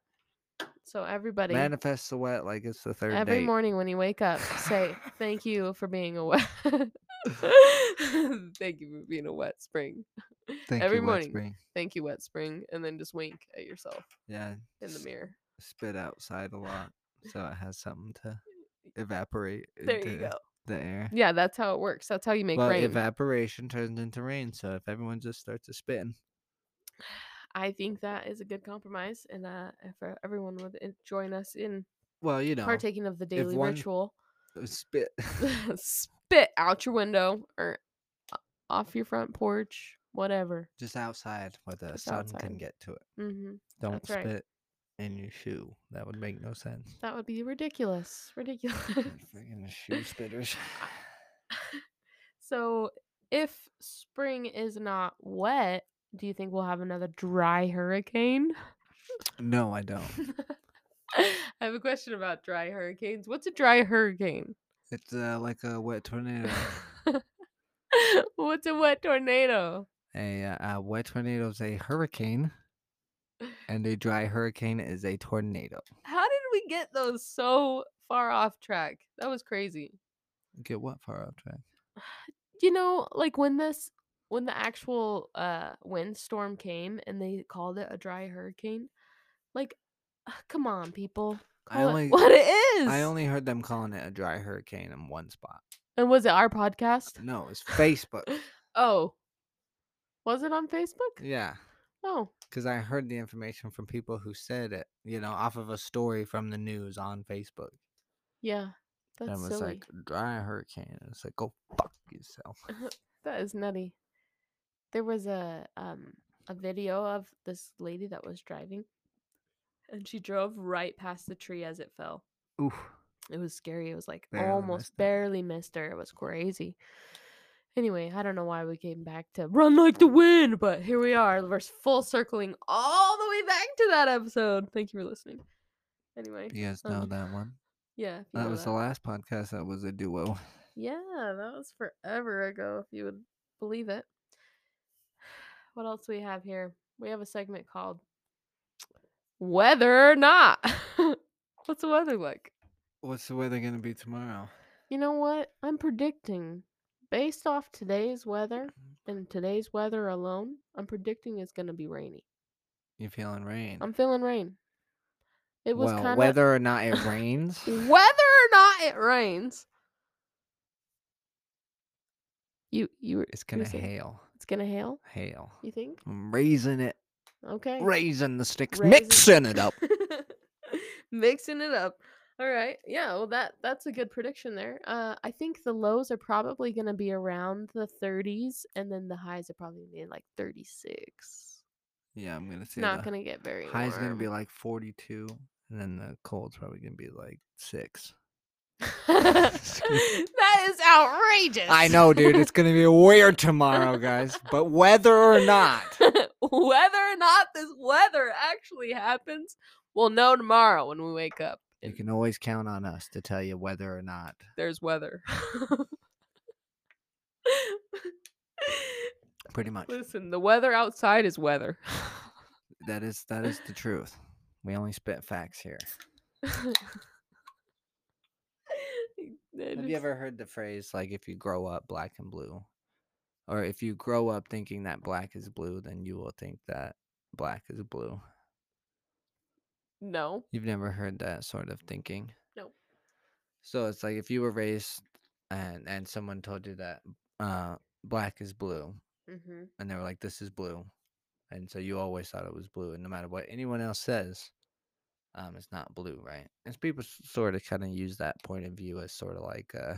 [SPEAKER 3] So everybody
[SPEAKER 2] Manifest the wet like it's the third
[SPEAKER 3] Every
[SPEAKER 2] date.
[SPEAKER 3] morning when you wake up, say thank you for being a wet. thank you for being a wet spring.
[SPEAKER 2] Thank
[SPEAKER 3] Every
[SPEAKER 2] you,
[SPEAKER 3] morning,
[SPEAKER 2] Wet spring.
[SPEAKER 3] thank you, wet spring, and then just wink at yourself
[SPEAKER 2] Yeah,
[SPEAKER 3] in the
[SPEAKER 2] s-
[SPEAKER 3] mirror.
[SPEAKER 2] Spit outside a lot, so it has something to evaporate
[SPEAKER 3] There
[SPEAKER 2] into
[SPEAKER 3] you go.
[SPEAKER 2] the air.
[SPEAKER 3] Yeah, that's how it works. That's how you make
[SPEAKER 2] but
[SPEAKER 3] rain.
[SPEAKER 2] evaporation turns into rain, so if everyone just starts to spin,
[SPEAKER 3] I think that is a good compromise, and uh, if uh, everyone would en- join us in
[SPEAKER 2] well, you know,
[SPEAKER 3] partaking of the daily
[SPEAKER 2] one-
[SPEAKER 3] ritual,
[SPEAKER 2] spit.
[SPEAKER 3] spit out your window or o- off your front porch, whatever.
[SPEAKER 2] just outside where the
[SPEAKER 3] Just
[SPEAKER 2] sun can
[SPEAKER 3] outside.
[SPEAKER 2] get to it.
[SPEAKER 3] hmm
[SPEAKER 2] Don't
[SPEAKER 3] That's right.
[SPEAKER 2] spit in your shoe. That would make no sense.
[SPEAKER 3] That would be ridiculous. Ridiculous.
[SPEAKER 2] Freaking shoe spitters.
[SPEAKER 3] So, if spring is not wet, do you think we'll have another dry hurricane?
[SPEAKER 2] No, I don't.
[SPEAKER 3] I have a question about dry hurricanes. What's a dry hurricane?
[SPEAKER 2] It's uh, like a wet tornado.
[SPEAKER 3] What's a wet tornado?
[SPEAKER 2] a, uh, a wet tornado is a hurricane, and a dry hurricane is a tornado.
[SPEAKER 3] How did we get those so far off track? That was crazy.
[SPEAKER 2] Get what far off track?
[SPEAKER 3] You know, like when this when the actual uh windstorm came and they called it a dry hurricane, like come on people.
[SPEAKER 2] I
[SPEAKER 3] Call it
[SPEAKER 2] only-
[SPEAKER 3] what it is.
[SPEAKER 2] I only heard them calling it a dry hurricane in one spot.
[SPEAKER 3] And was it our podcast?
[SPEAKER 2] No, it's Facebook.
[SPEAKER 3] Oh. Was it on Facebook?
[SPEAKER 2] yeah,
[SPEAKER 3] Oh.
[SPEAKER 2] because I heard the information from people who said it, you know, off of a story from the news on Facebook.
[SPEAKER 3] Yeah.
[SPEAKER 2] and
[SPEAKER 3] That's
[SPEAKER 2] it was
[SPEAKER 3] silly.
[SPEAKER 2] like dry hurricane. and It's like go fuck yourself.
[SPEAKER 3] that is nutty. There was a um a video of this lady that was driving and she drove right past the tree as it fell.
[SPEAKER 2] Oof.
[SPEAKER 3] It was scary. It was like
[SPEAKER 2] Barely
[SPEAKER 3] almost
[SPEAKER 2] missed it.
[SPEAKER 3] barely missed her. It was crazy. Anyway, I don't know why we came back to run like the wind, but here we are. We're s- full circling all the way back to that episode. Thank you for listening. Anyway,
[SPEAKER 2] You guys
[SPEAKER 3] Um,
[SPEAKER 2] know that one.
[SPEAKER 3] yeah. if you
[SPEAKER 2] That
[SPEAKER 3] know
[SPEAKER 2] was the last podcast. That was a duo.
[SPEAKER 3] Yeah, that was forever ago, if you would believe it. What else do we have here? We have a segment called Weather or Not. What's the weather like?
[SPEAKER 2] What's the weather gonna be tomorrow?
[SPEAKER 3] You know what? I'm predicting, based off today's weather and today's weather alone, I'm predicting it's going to be rainy.
[SPEAKER 2] You feeling rain?
[SPEAKER 3] I'm feeling rain. It was
[SPEAKER 2] well,
[SPEAKER 3] kind of whether
[SPEAKER 2] whether or not it rains.
[SPEAKER 3] whether or not it rains. You you were
[SPEAKER 2] It's
[SPEAKER 3] you were
[SPEAKER 2] gonna
[SPEAKER 3] saying-
[SPEAKER 2] hail.
[SPEAKER 3] It's gonna hail.
[SPEAKER 2] Hail.
[SPEAKER 3] You think?
[SPEAKER 2] I'm raising it.
[SPEAKER 3] Okay.
[SPEAKER 2] Raising the sticks.
[SPEAKER 3] Raising-
[SPEAKER 2] Mixing it up.
[SPEAKER 3] Mixing it up. All right. Yeah, well that that's a good prediction there. Uh I think the lows are probably going to be around the 30s and then the highs are probably going to be like 36. It's
[SPEAKER 2] Yeah, I'm gonna say
[SPEAKER 3] not
[SPEAKER 2] the
[SPEAKER 3] going to get very
[SPEAKER 2] high's gonna be
[SPEAKER 3] warm.
[SPEAKER 2] like 42, and then the cold's probably gonna be like six.
[SPEAKER 3] that is outrageous.
[SPEAKER 2] I know, dude. It's gonna be weird tomorrow, guys. But whether or not,
[SPEAKER 3] Whether or not this weather actually happens, we'll know tomorrow when we wake up.
[SPEAKER 2] you
[SPEAKER 3] and
[SPEAKER 2] can always count on us to tell you whether or not.
[SPEAKER 3] There's weather.
[SPEAKER 2] Pretty much.
[SPEAKER 3] Listen, the weather outside is weather.
[SPEAKER 2] That is that is the truth. We only spit facts here. Have you ever heard the phrase like if you grow up black and blue? Or if you grow up thinking that black is blue, then you will think that black is blue.
[SPEAKER 3] No.
[SPEAKER 2] You've never heard that sort of thinking?
[SPEAKER 3] No.
[SPEAKER 2] So it's like if you were raised and and someone told you that uh black is blue
[SPEAKER 3] Mm-hmm.
[SPEAKER 2] and they were like this is blue and so you always thought it was blue and no matter what anyone else says um it's not blue, right? And people sort of kind of use that point of view as sort of like uh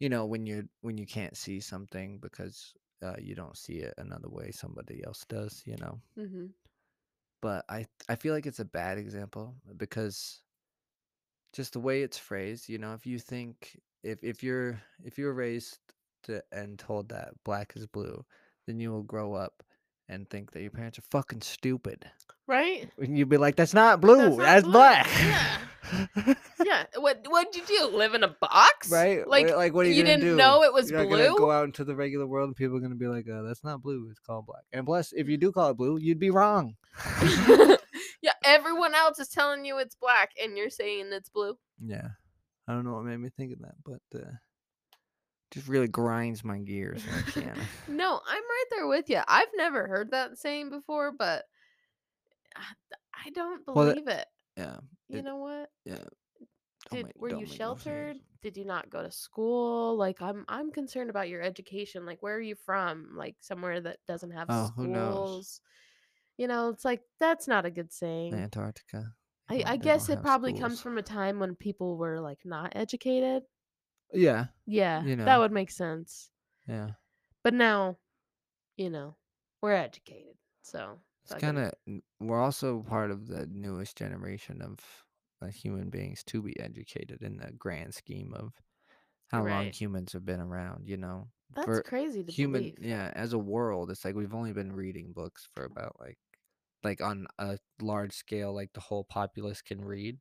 [SPEAKER 2] you know when you're when you can't see something because uh you don't see it another way somebody else does, you know
[SPEAKER 3] Mm-hmm.
[SPEAKER 2] but I I feel like it's a bad example uh, because just the way it's phrased, you know, if you think if if you're if you're raised to, and told that black is blue, then you will grow up and think that your parents are fucking stupid.
[SPEAKER 3] Right?
[SPEAKER 2] And you'd be like, "That's not blue. That's,
[SPEAKER 3] not blue,
[SPEAKER 2] black."
[SPEAKER 3] yeah. Yeah. What What'd you do? Live in a box?
[SPEAKER 2] right?
[SPEAKER 3] Like,
[SPEAKER 2] Wait, like what are you,
[SPEAKER 3] you
[SPEAKER 2] gonna
[SPEAKER 3] didn't
[SPEAKER 2] do?
[SPEAKER 3] know it was
[SPEAKER 2] You're not
[SPEAKER 3] blue?
[SPEAKER 2] gonna go out into the regular world and people are gonna be like, uh, "That's not blue. It's called black." And plus, if you
[SPEAKER 3] Mm.
[SPEAKER 2] do call it blue, you'd be wrong.
[SPEAKER 3] yeah, everyone else is telling you it's black, and you're saying it's blue.
[SPEAKER 2] Yeah. I don't know what made me think of that, but uh just really grinds my gears when I can.
[SPEAKER 3] No, I'm right there with you. I've never heard that saying before, but I, I don't
[SPEAKER 2] Well, the-
[SPEAKER 3] believe it.
[SPEAKER 2] yeah.
[SPEAKER 3] You
[SPEAKER 2] it-
[SPEAKER 3] know what?
[SPEAKER 2] yeah. Don't
[SPEAKER 3] Did
[SPEAKER 2] make-
[SPEAKER 3] were
[SPEAKER 2] don't
[SPEAKER 3] you
[SPEAKER 2] make no sense.
[SPEAKER 3] sheltered? Did you not go to school? Like I'm I'm concerned about your education. Like where are you from? Like somewhere that doesn't have
[SPEAKER 2] Oh, who knows?
[SPEAKER 3] schools. You know, it's like that's not a good saying.
[SPEAKER 2] Antarctica.
[SPEAKER 3] I,
[SPEAKER 2] don't-
[SPEAKER 3] I
[SPEAKER 2] they
[SPEAKER 3] guess
[SPEAKER 2] don't
[SPEAKER 3] it
[SPEAKER 2] have
[SPEAKER 3] probably comes
[SPEAKER 2] schools.
[SPEAKER 3] from a time when people were like not educated.
[SPEAKER 2] Yeah.
[SPEAKER 3] Yeah,
[SPEAKER 2] You
[SPEAKER 3] that
[SPEAKER 2] know.
[SPEAKER 3] would make sense.
[SPEAKER 2] Yeah.
[SPEAKER 3] But now, you know, we're educated. So
[SPEAKER 2] It's
[SPEAKER 3] fuck it.
[SPEAKER 2] kind of we're also part of the newest generation of uh, human beings to be educated in the grand scheme of how long
[SPEAKER 3] Right.
[SPEAKER 2] humans have been around, you know.
[SPEAKER 3] that's
[SPEAKER 2] for-
[SPEAKER 3] crazy to
[SPEAKER 2] human
[SPEAKER 3] believe.
[SPEAKER 2] yeah as a world it's like we've only been reading books for about like like on a large scale like the whole populace can read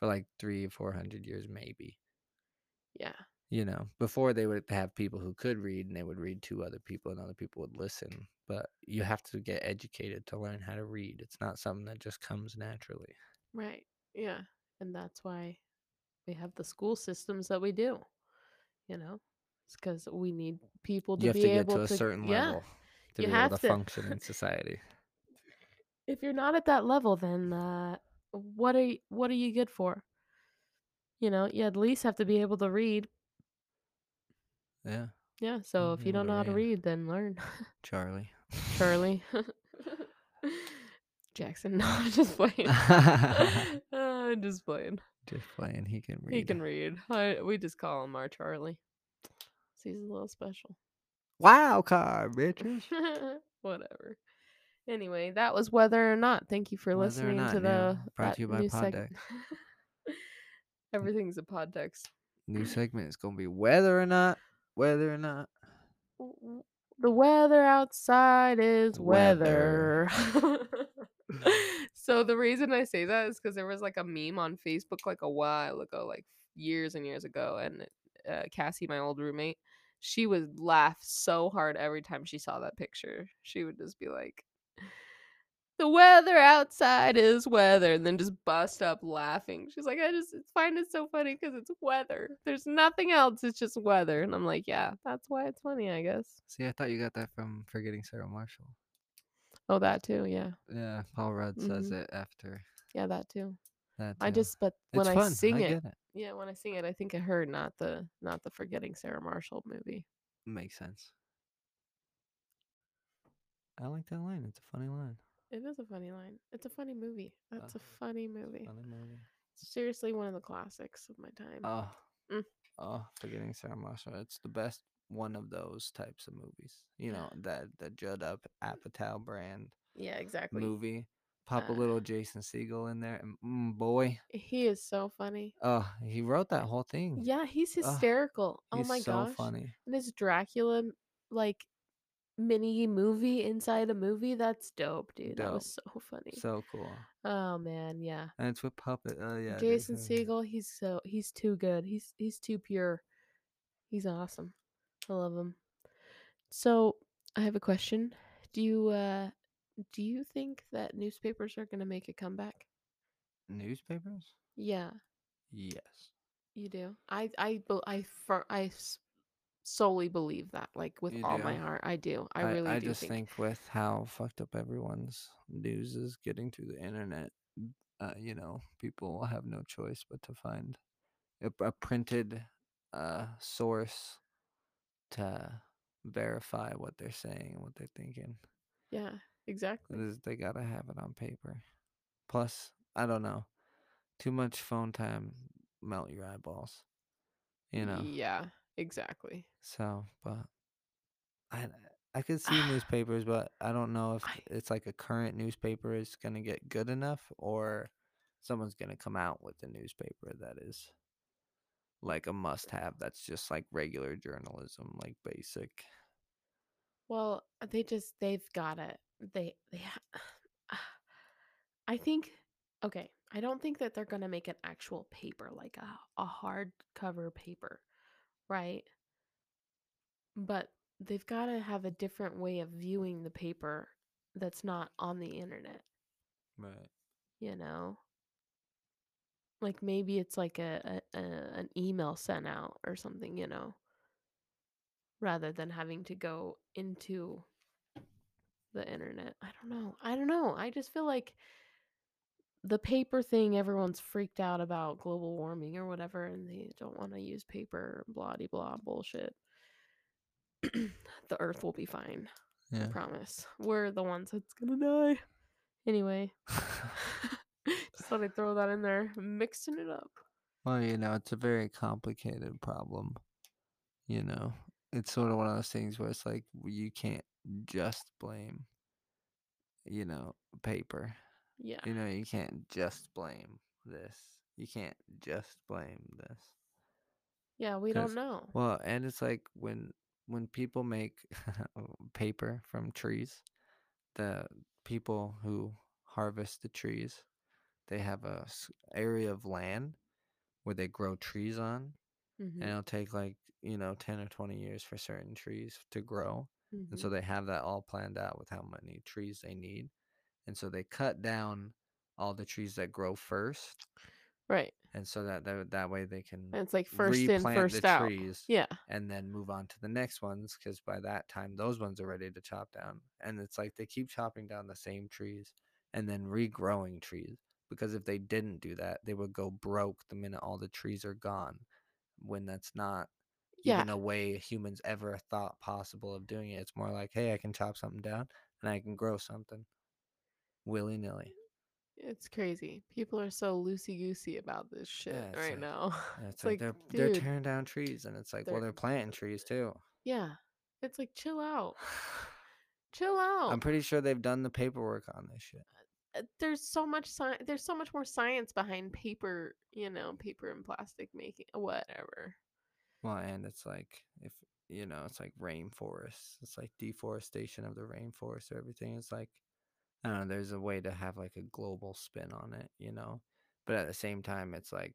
[SPEAKER 2] for like three four hundred years maybe
[SPEAKER 3] Yeah.
[SPEAKER 2] you know before they would have people who could read and they would read to other people and other people would listen but you have to get educated to learn how to read it's not something that just comes naturally
[SPEAKER 3] Right. Yeah. And that's why we have the school systems that we do. You know, it's because we need people to
[SPEAKER 2] you have
[SPEAKER 3] be
[SPEAKER 2] to get
[SPEAKER 3] able
[SPEAKER 2] to a certain
[SPEAKER 3] yeah.
[SPEAKER 2] level to
[SPEAKER 3] you
[SPEAKER 2] be
[SPEAKER 3] have
[SPEAKER 2] able to,
[SPEAKER 3] to.
[SPEAKER 2] function in society
[SPEAKER 3] If you're not at that level, then uh, what are you, what are you good for? You know, you at least have to be able to read.
[SPEAKER 2] yeah
[SPEAKER 3] Yeah. So
[SPEAKER 2] be
[SPEAKER 3] if you
[SPEAKER 2] able
[SPEAKER 3] don't
[SPEAKER 2] to
[SPEAKER 3] know how to
[SPEAKER 2] read.
[SPEAKER 3] read, then learn.
[SPEAKER 2] charlie
[SPEAKER 3] Charlie. Jackson, no, I'm just playing.
[SPEAKER 2] just
[SPEAKER 3] I'm just playing.
[SPEAKER 2] playing he can read
[SPEAKER 3] He can read. I, we just call him our Charlie. 'Cause He's a little special.
[SPEAKER 2] Wow card, bitches.
[SPEAKER 3] Whatever. Anyway, that was whether or not. Thank you for
[SPEAKER 2] Whether or
[SPEAKER 3] listening
[SPEAKER 2] Not,
[SPEAKER 3] to
[SPEAKER 2] yeah.
[SPEAKER 3] the
[SPEAKER 2] Brought
[SPEAKER 3] that
[SPEAKER 2] to you by
[SPEAKER 3] new seg- Everything's a poddex.
[SPEAKER 2] New segment is gonna be whether or not, whether or not.
[SPEAKER 3] W- w- The weather outside is
[SPEAKER 2] Weather.
[SPEAKER 3] weather. so the reason I say that is because there was like a meme on Facebook like a while ago, like years and years ago, and uh, Cassie, my old roommate, she would laugh so hard every time she saw that picture. She would just be like, "The weather outside is weather," and then just bust up laughing. She's like, "I just find it so funny because it's weather. There's nothing else. It's just weather." And I'm like, "Yeah, that's why it's funny, I guess."
[SPEAKER 2] See, I thought you got that from Forgetting Sarah Marshall.
[SPEAKER 3] Oh, that too. Yeah,
[SPEAKER 2] Yeah, Paul Rudd says
[SPEAKER 3] Mhm.
[SPEAKER 2] it after.
[SPEAKER 3] yeah, that too.
[SPEAKER 2] That
[SPEAKER 3] I
[SPEAKER 2] too.
[SPEAKER 3] just but when
[SPEAKER 2] It's
[SPEAKER 3] I
[SPEAKER 2] fun,
[SPEAKER 3] sing it,
[SPEAKER 2] get it.
[SPEAKER 3] yeah, when I sing it, I think of her, not the not the forgetting Sarah Marshall movie.
[SPEAKER 2] Makes sense. I like that line. It's a funny line.
[SPEAKER 3] It is a funny line. It's a funny movie. That's a
[SPEAKER 2] Uh-huh.
[SPEAKER 3] funny movie.
[SPEAKER 2] Funny movie.
[SPEAKER 3] Seriously, one of the classics of my time.
[SPEAKER 2] Oh,
[SPEAKER 3] Mm.
[SPEAKER 2] oh, forgetting Sarah Marshall. It's the best one of those types of movies. You know that the Judd Up Apatow brand
[SPEAKER 3] Oh, yeah, exactly.
[SPEAKER 2] movie. Pop a
[SPEAKER 3] Uh,
[SPEAKER 2] little Jason Segel in there, and mm, boy,
[SPEAKER 3] He is so funny.
[SPEAKER 2] oh, he wrote that whole thing.
[SPEAKER 3] Yeah, he's
[SPEAKER 2] Hmm. Ugh,
[SPEAKER 3] hysterical. oh
[SPEAKER 2] He's
[SPEAKER 3] my
[SPEAKER 2] so
[SPEAKER 3] gosh.
[SPEAKER 2] funny.
[SPEAKER 3] And his Dracula like mini movie inside a movie. That's dope, dude. That was so funny.
[SPEAKER 2] So cool,
[SPEAKER 3] oh man, yeah.
[SPEAKER 2] and it's with puppet. Oh yeah,
[SPEAKER 3] Jason Segel, he's so he's too good. He's he's too pure. He's awesome. I love him. So I have a question. Do you uh do you think that newspapers are gonna make a comeback?
[SPEAKER 2] Newspapers.
[SPEAKER 3] Yeah,
[SPEAKER 2] Yes.
[SPEAKER 3] you do. I I bel- I fir- I s- solely believe that, like with
[SPEAKER 2] You
[SPEAKER 3] all my
[SPEAKER 2] do?
[SPEAKER 3] heart. I do. I really
[SPEAKER 2] I
[SPEAKER 3] do
[SPEAKER 2] just
[SPEAKER 3] think.
[SPEAKER 2] think. with how fucked up everyone's news is getting through the internet, uh, you know, people have no choice but to find a, a printed uh, source to verify what they're saying and what they're thinking.
[SPEAKER 3] Yeah, exactly.
[SPEAKER 2] This- They gotta have it on paper. Plus, I don't know, too much phone time melt your eyeballs. You know.
[SPEAKER 3] Yeah, exactly.
[SPEAKER 2] So, but I I could see newspapers, but I don't know if
[SPEAKER 3] I-
[SPEAKER 2] it's like a current newspaper is gonna get good enough, or someone's gonna come out with a newspaper that is like a must-have. That's just like regular journalism, like basic.
[SPEAKER 3] Well, uh, they just they've got to they they ha- I think okay, I don't think that they're going to make an actual paper like a a hardcover paper, right? But they've got to have a different way of viewing the paper that's not on the internet,
[SPEAKER 2] Right.
[SPEAKER 3] you know? Like maybe it's like a, a, a an email sent out or something, you know? rather than having to go into the internet. I don't know. I don't know. I just feel like the paper thing everyone's freaked out about global warming or whatever and they don't want to use paper blah de blah bullshit. the earth will be fine. I
[SPEAKER 2] Yeah.
[SPEAKER 3] promise. We're the ones that's gonna die. Anyway. just thought I'd throw that in there. Mixing it up.
[SPEAKER 2] Well, you know, it's a very complicated problem. You know, it's sort of one of those things where it's like w- you can't just blame, you know, paper.
[SPEAKER 3] Yeah.
[SPEAKER 2] You know, you can't just blame this. You can't just blame this.
[SPEAKER 3] Yeah, we don't
[SPEAKER 2] 'cause-
[SPEAKER 3] know.
[SPEAKER 2] Well, and it's like when when people make paper from trees, the people who harvest the trees, they have a s- area of land where they grow trees on, and
[SPEAKER 3] Mhm,
[SPEAKER 2] it'll take like you know 10 or 20 years for certain trees to grow and
[SPEAKER 3] mhm.
[SPEAKER 2] so they have that all planned out with how many trees they need and so they cut down all the trees that grow first
[SPEAKER 3] Right.
[SPEAKER 2] and so that that, that way they can
[SPEAKER 3] And it's like first in,
[SPEAKER 2] replant
[SPEAKER 3] first
[SPEAKER 2] the
[SPEAKER 3] out.
[SPEAKER 2] trees
[SPEAKER 3] Yeah.
[SPEAKER 2] and then move on to the next ones because by that time those ones are ready to chop down and it's like they keep chopping down the same trees and then regrowing trees because if they didn't do that they would go broke the minute all the trees are gone when that's not
[SPEAKER 3] Yeah.
[SPEAKER 2] even a way humans ever thought possible of doing it it's more like hey i can chop something down and i can grow something willy-nilly
[SPEAKER 3] It's crazy. People are so loosey goosey about this shit
[SPEAKER 2] Yeah, it's
[SPEAKER 3] right
[SPEAKER 2] like-
[SPEAKER 3] now.
[SPEAKER 2] and
[SPEAKER 3] It's,
[SPEAKER 2] it's, like,
[SPEAKER 3] like,
[SPEAKER 2] they're, they're
[SPEAKER 3] dude,
[SPEAKER 2] tearing down trees and it's like well
[SPEAKER 3] they're-
[SPEAKER 2] they're planting trees too
[SPEAKER 3] yeah. It's like chill out, chill out.
[SPEAKER 2] i'm pretty sure they've done the paperwork on this shit
[SPEAKER 3] Uh, there's so much science. There's so much more science behind paper, you know, paper and plastic making. Whatever.
[SPEAKER 2] Well, and it's like if you know, it's like rainforests. It's like deforestation of the rainforest or everything. It's like I don't know, there's a way to have like a global spin on it, you know. But at the same time it's like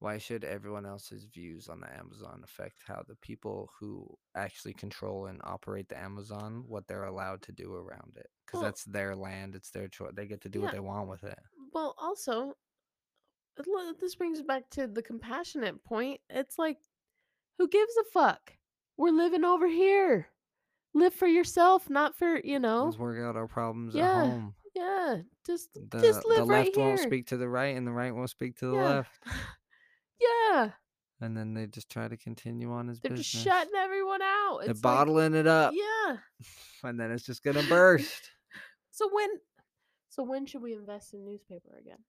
[SPEAKER 2] why should everyone else's views on the Amazon affect how the people who actually control and operate the Amazon what they're allowed to do around it? Because
[SPEAKER 3] Well-
[SPEAKER 2] that's their land, it's their choice. They get to do
[SPEAKER 3] Yeah.
[SPEAKER 2] what they want with it.
[SPEAKER 3] Well, also, it lo- this brings back to the compassionate point. It's like, who gives a fuck? We're living over here. Live for yourself, not for you know.
[SPEAKER 2] Let's work out our problems
[SPEAKER 3] Yeah.
[SPEAKER 2] at home.
[SPEAKER 3] Yeah, just
[SPEAKER 2] The,
[SPEAKER 3] just
[SPEAKER 2] the
[SPEAKER 3] live right
[SPEAKER 2] left
[SPEAKER 3] here.
[SPEAKER 2] won't speak to the right, and the right won't speak to the
[SPEAKER 3] Yeah.
[SPEAKER 2] left,
[SPEAKER 3] yeah,
[SPEAKER 2] and then they just try to continue on as
[SPEAKER 3] they're
[SPEAKER 2] business.
[SPEAKER 3] just shutting everyone out.
[SPEAKER 2] They're
[SPEAKER 3] It's like-
[SPEAKER 2] bottling it up,
[SPEAKER 3] yeah.
[SPEAKER 2] and then it's just gonna burst.
[SPEAKER 3] So when, so when should we invest in newspaper again?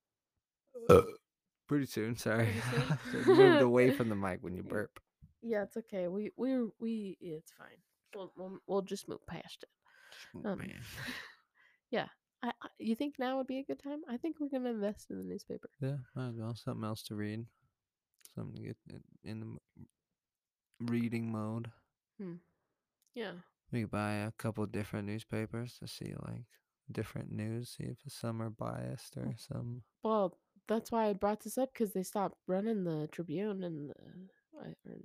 [SPEAKER 2] Pretty soon, sorry.
[SPEAKER 3] soon.
[SPEAKER 2] It moved away from the mic when you burp.
[SPEAKER 3] Yeah, it's okay. We we we yeah, it's fine. We'll we'll, we'll just move past it.
[SPEAKER 2] Oh,
[SPEAKER 3] Um,
[SPEAKER 2] man.
[SPEAKER 3] yeah. I, I you think now would be a good time? I think we're gonna invest in the newspaper.
[SPEAKER 2] Yeah, might as well. Something else to read. Something to get in- in the m- reading mode.
[SPEAKER 3] Yeah.
[SPEAKER 2] We could buy a couple different newspapers to see like different news, see if some are biased
[SPEAKER 3] Oh,
[SPEAKER 2] or some.
[SPEAKER 3] Well, that's why I brought this up because they stopped running the Tribune and the, I, or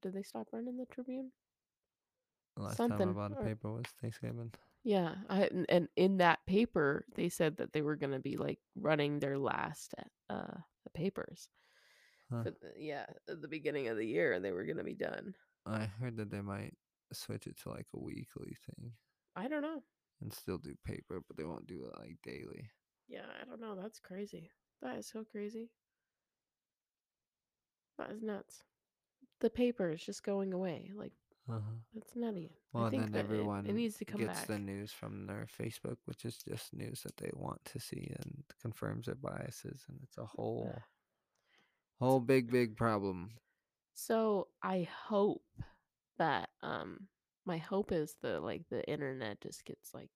[SPEAKER 3] did they stop running the Tribune?
[SPEAKER 2] the Last time I
[SPEAKER 3] Something,
[SPEAKER 2] bought a
[SPEAKER 3] or-
[SPEAKER 2] paper was Thanksgiving.
[SPEAKER 3] Yeah, I and- and in that paper they said that they were gonna be like running their last uh papers.
[SPEAKER 2] Huh.
[SPEAKER 3] For the- yeah, at the beginning of the year they were gonna be done.
[SPEAKER 2] I heard that they might switch it to like a weekly thing
[SPEAKER 3] I don't know.
[SPEAKER 2] and still do paper, but they won't do it like daily.
[SPEAKER 3] Yeah, I don't know. That's crazy. That is so crazy. That is nuts. The paper is just going away. Like
[SPEAKER 2] Uh-huh.
[SPEAKER 3] that's nutty.
[SPEAKER 2] Well,
[SPEAKER 3] I
[SPEAKER 2] and
[SPEAKER 3] think
[SPEAKER 2] then
[SPEAKER 3] that it-
[SPEAKER 2] everyone
[SPEAKER 3] it, needs to come
[SPEAKER 2] gets
[SPEAKER 3] back.
[SPEAKER 2] the news from their Facebook, which is just news that they want to see and confirms their biases, and it's a whole, whole big, big problem.
[SPEAKER 3] So I hope that um my hope is that like the internet just gets like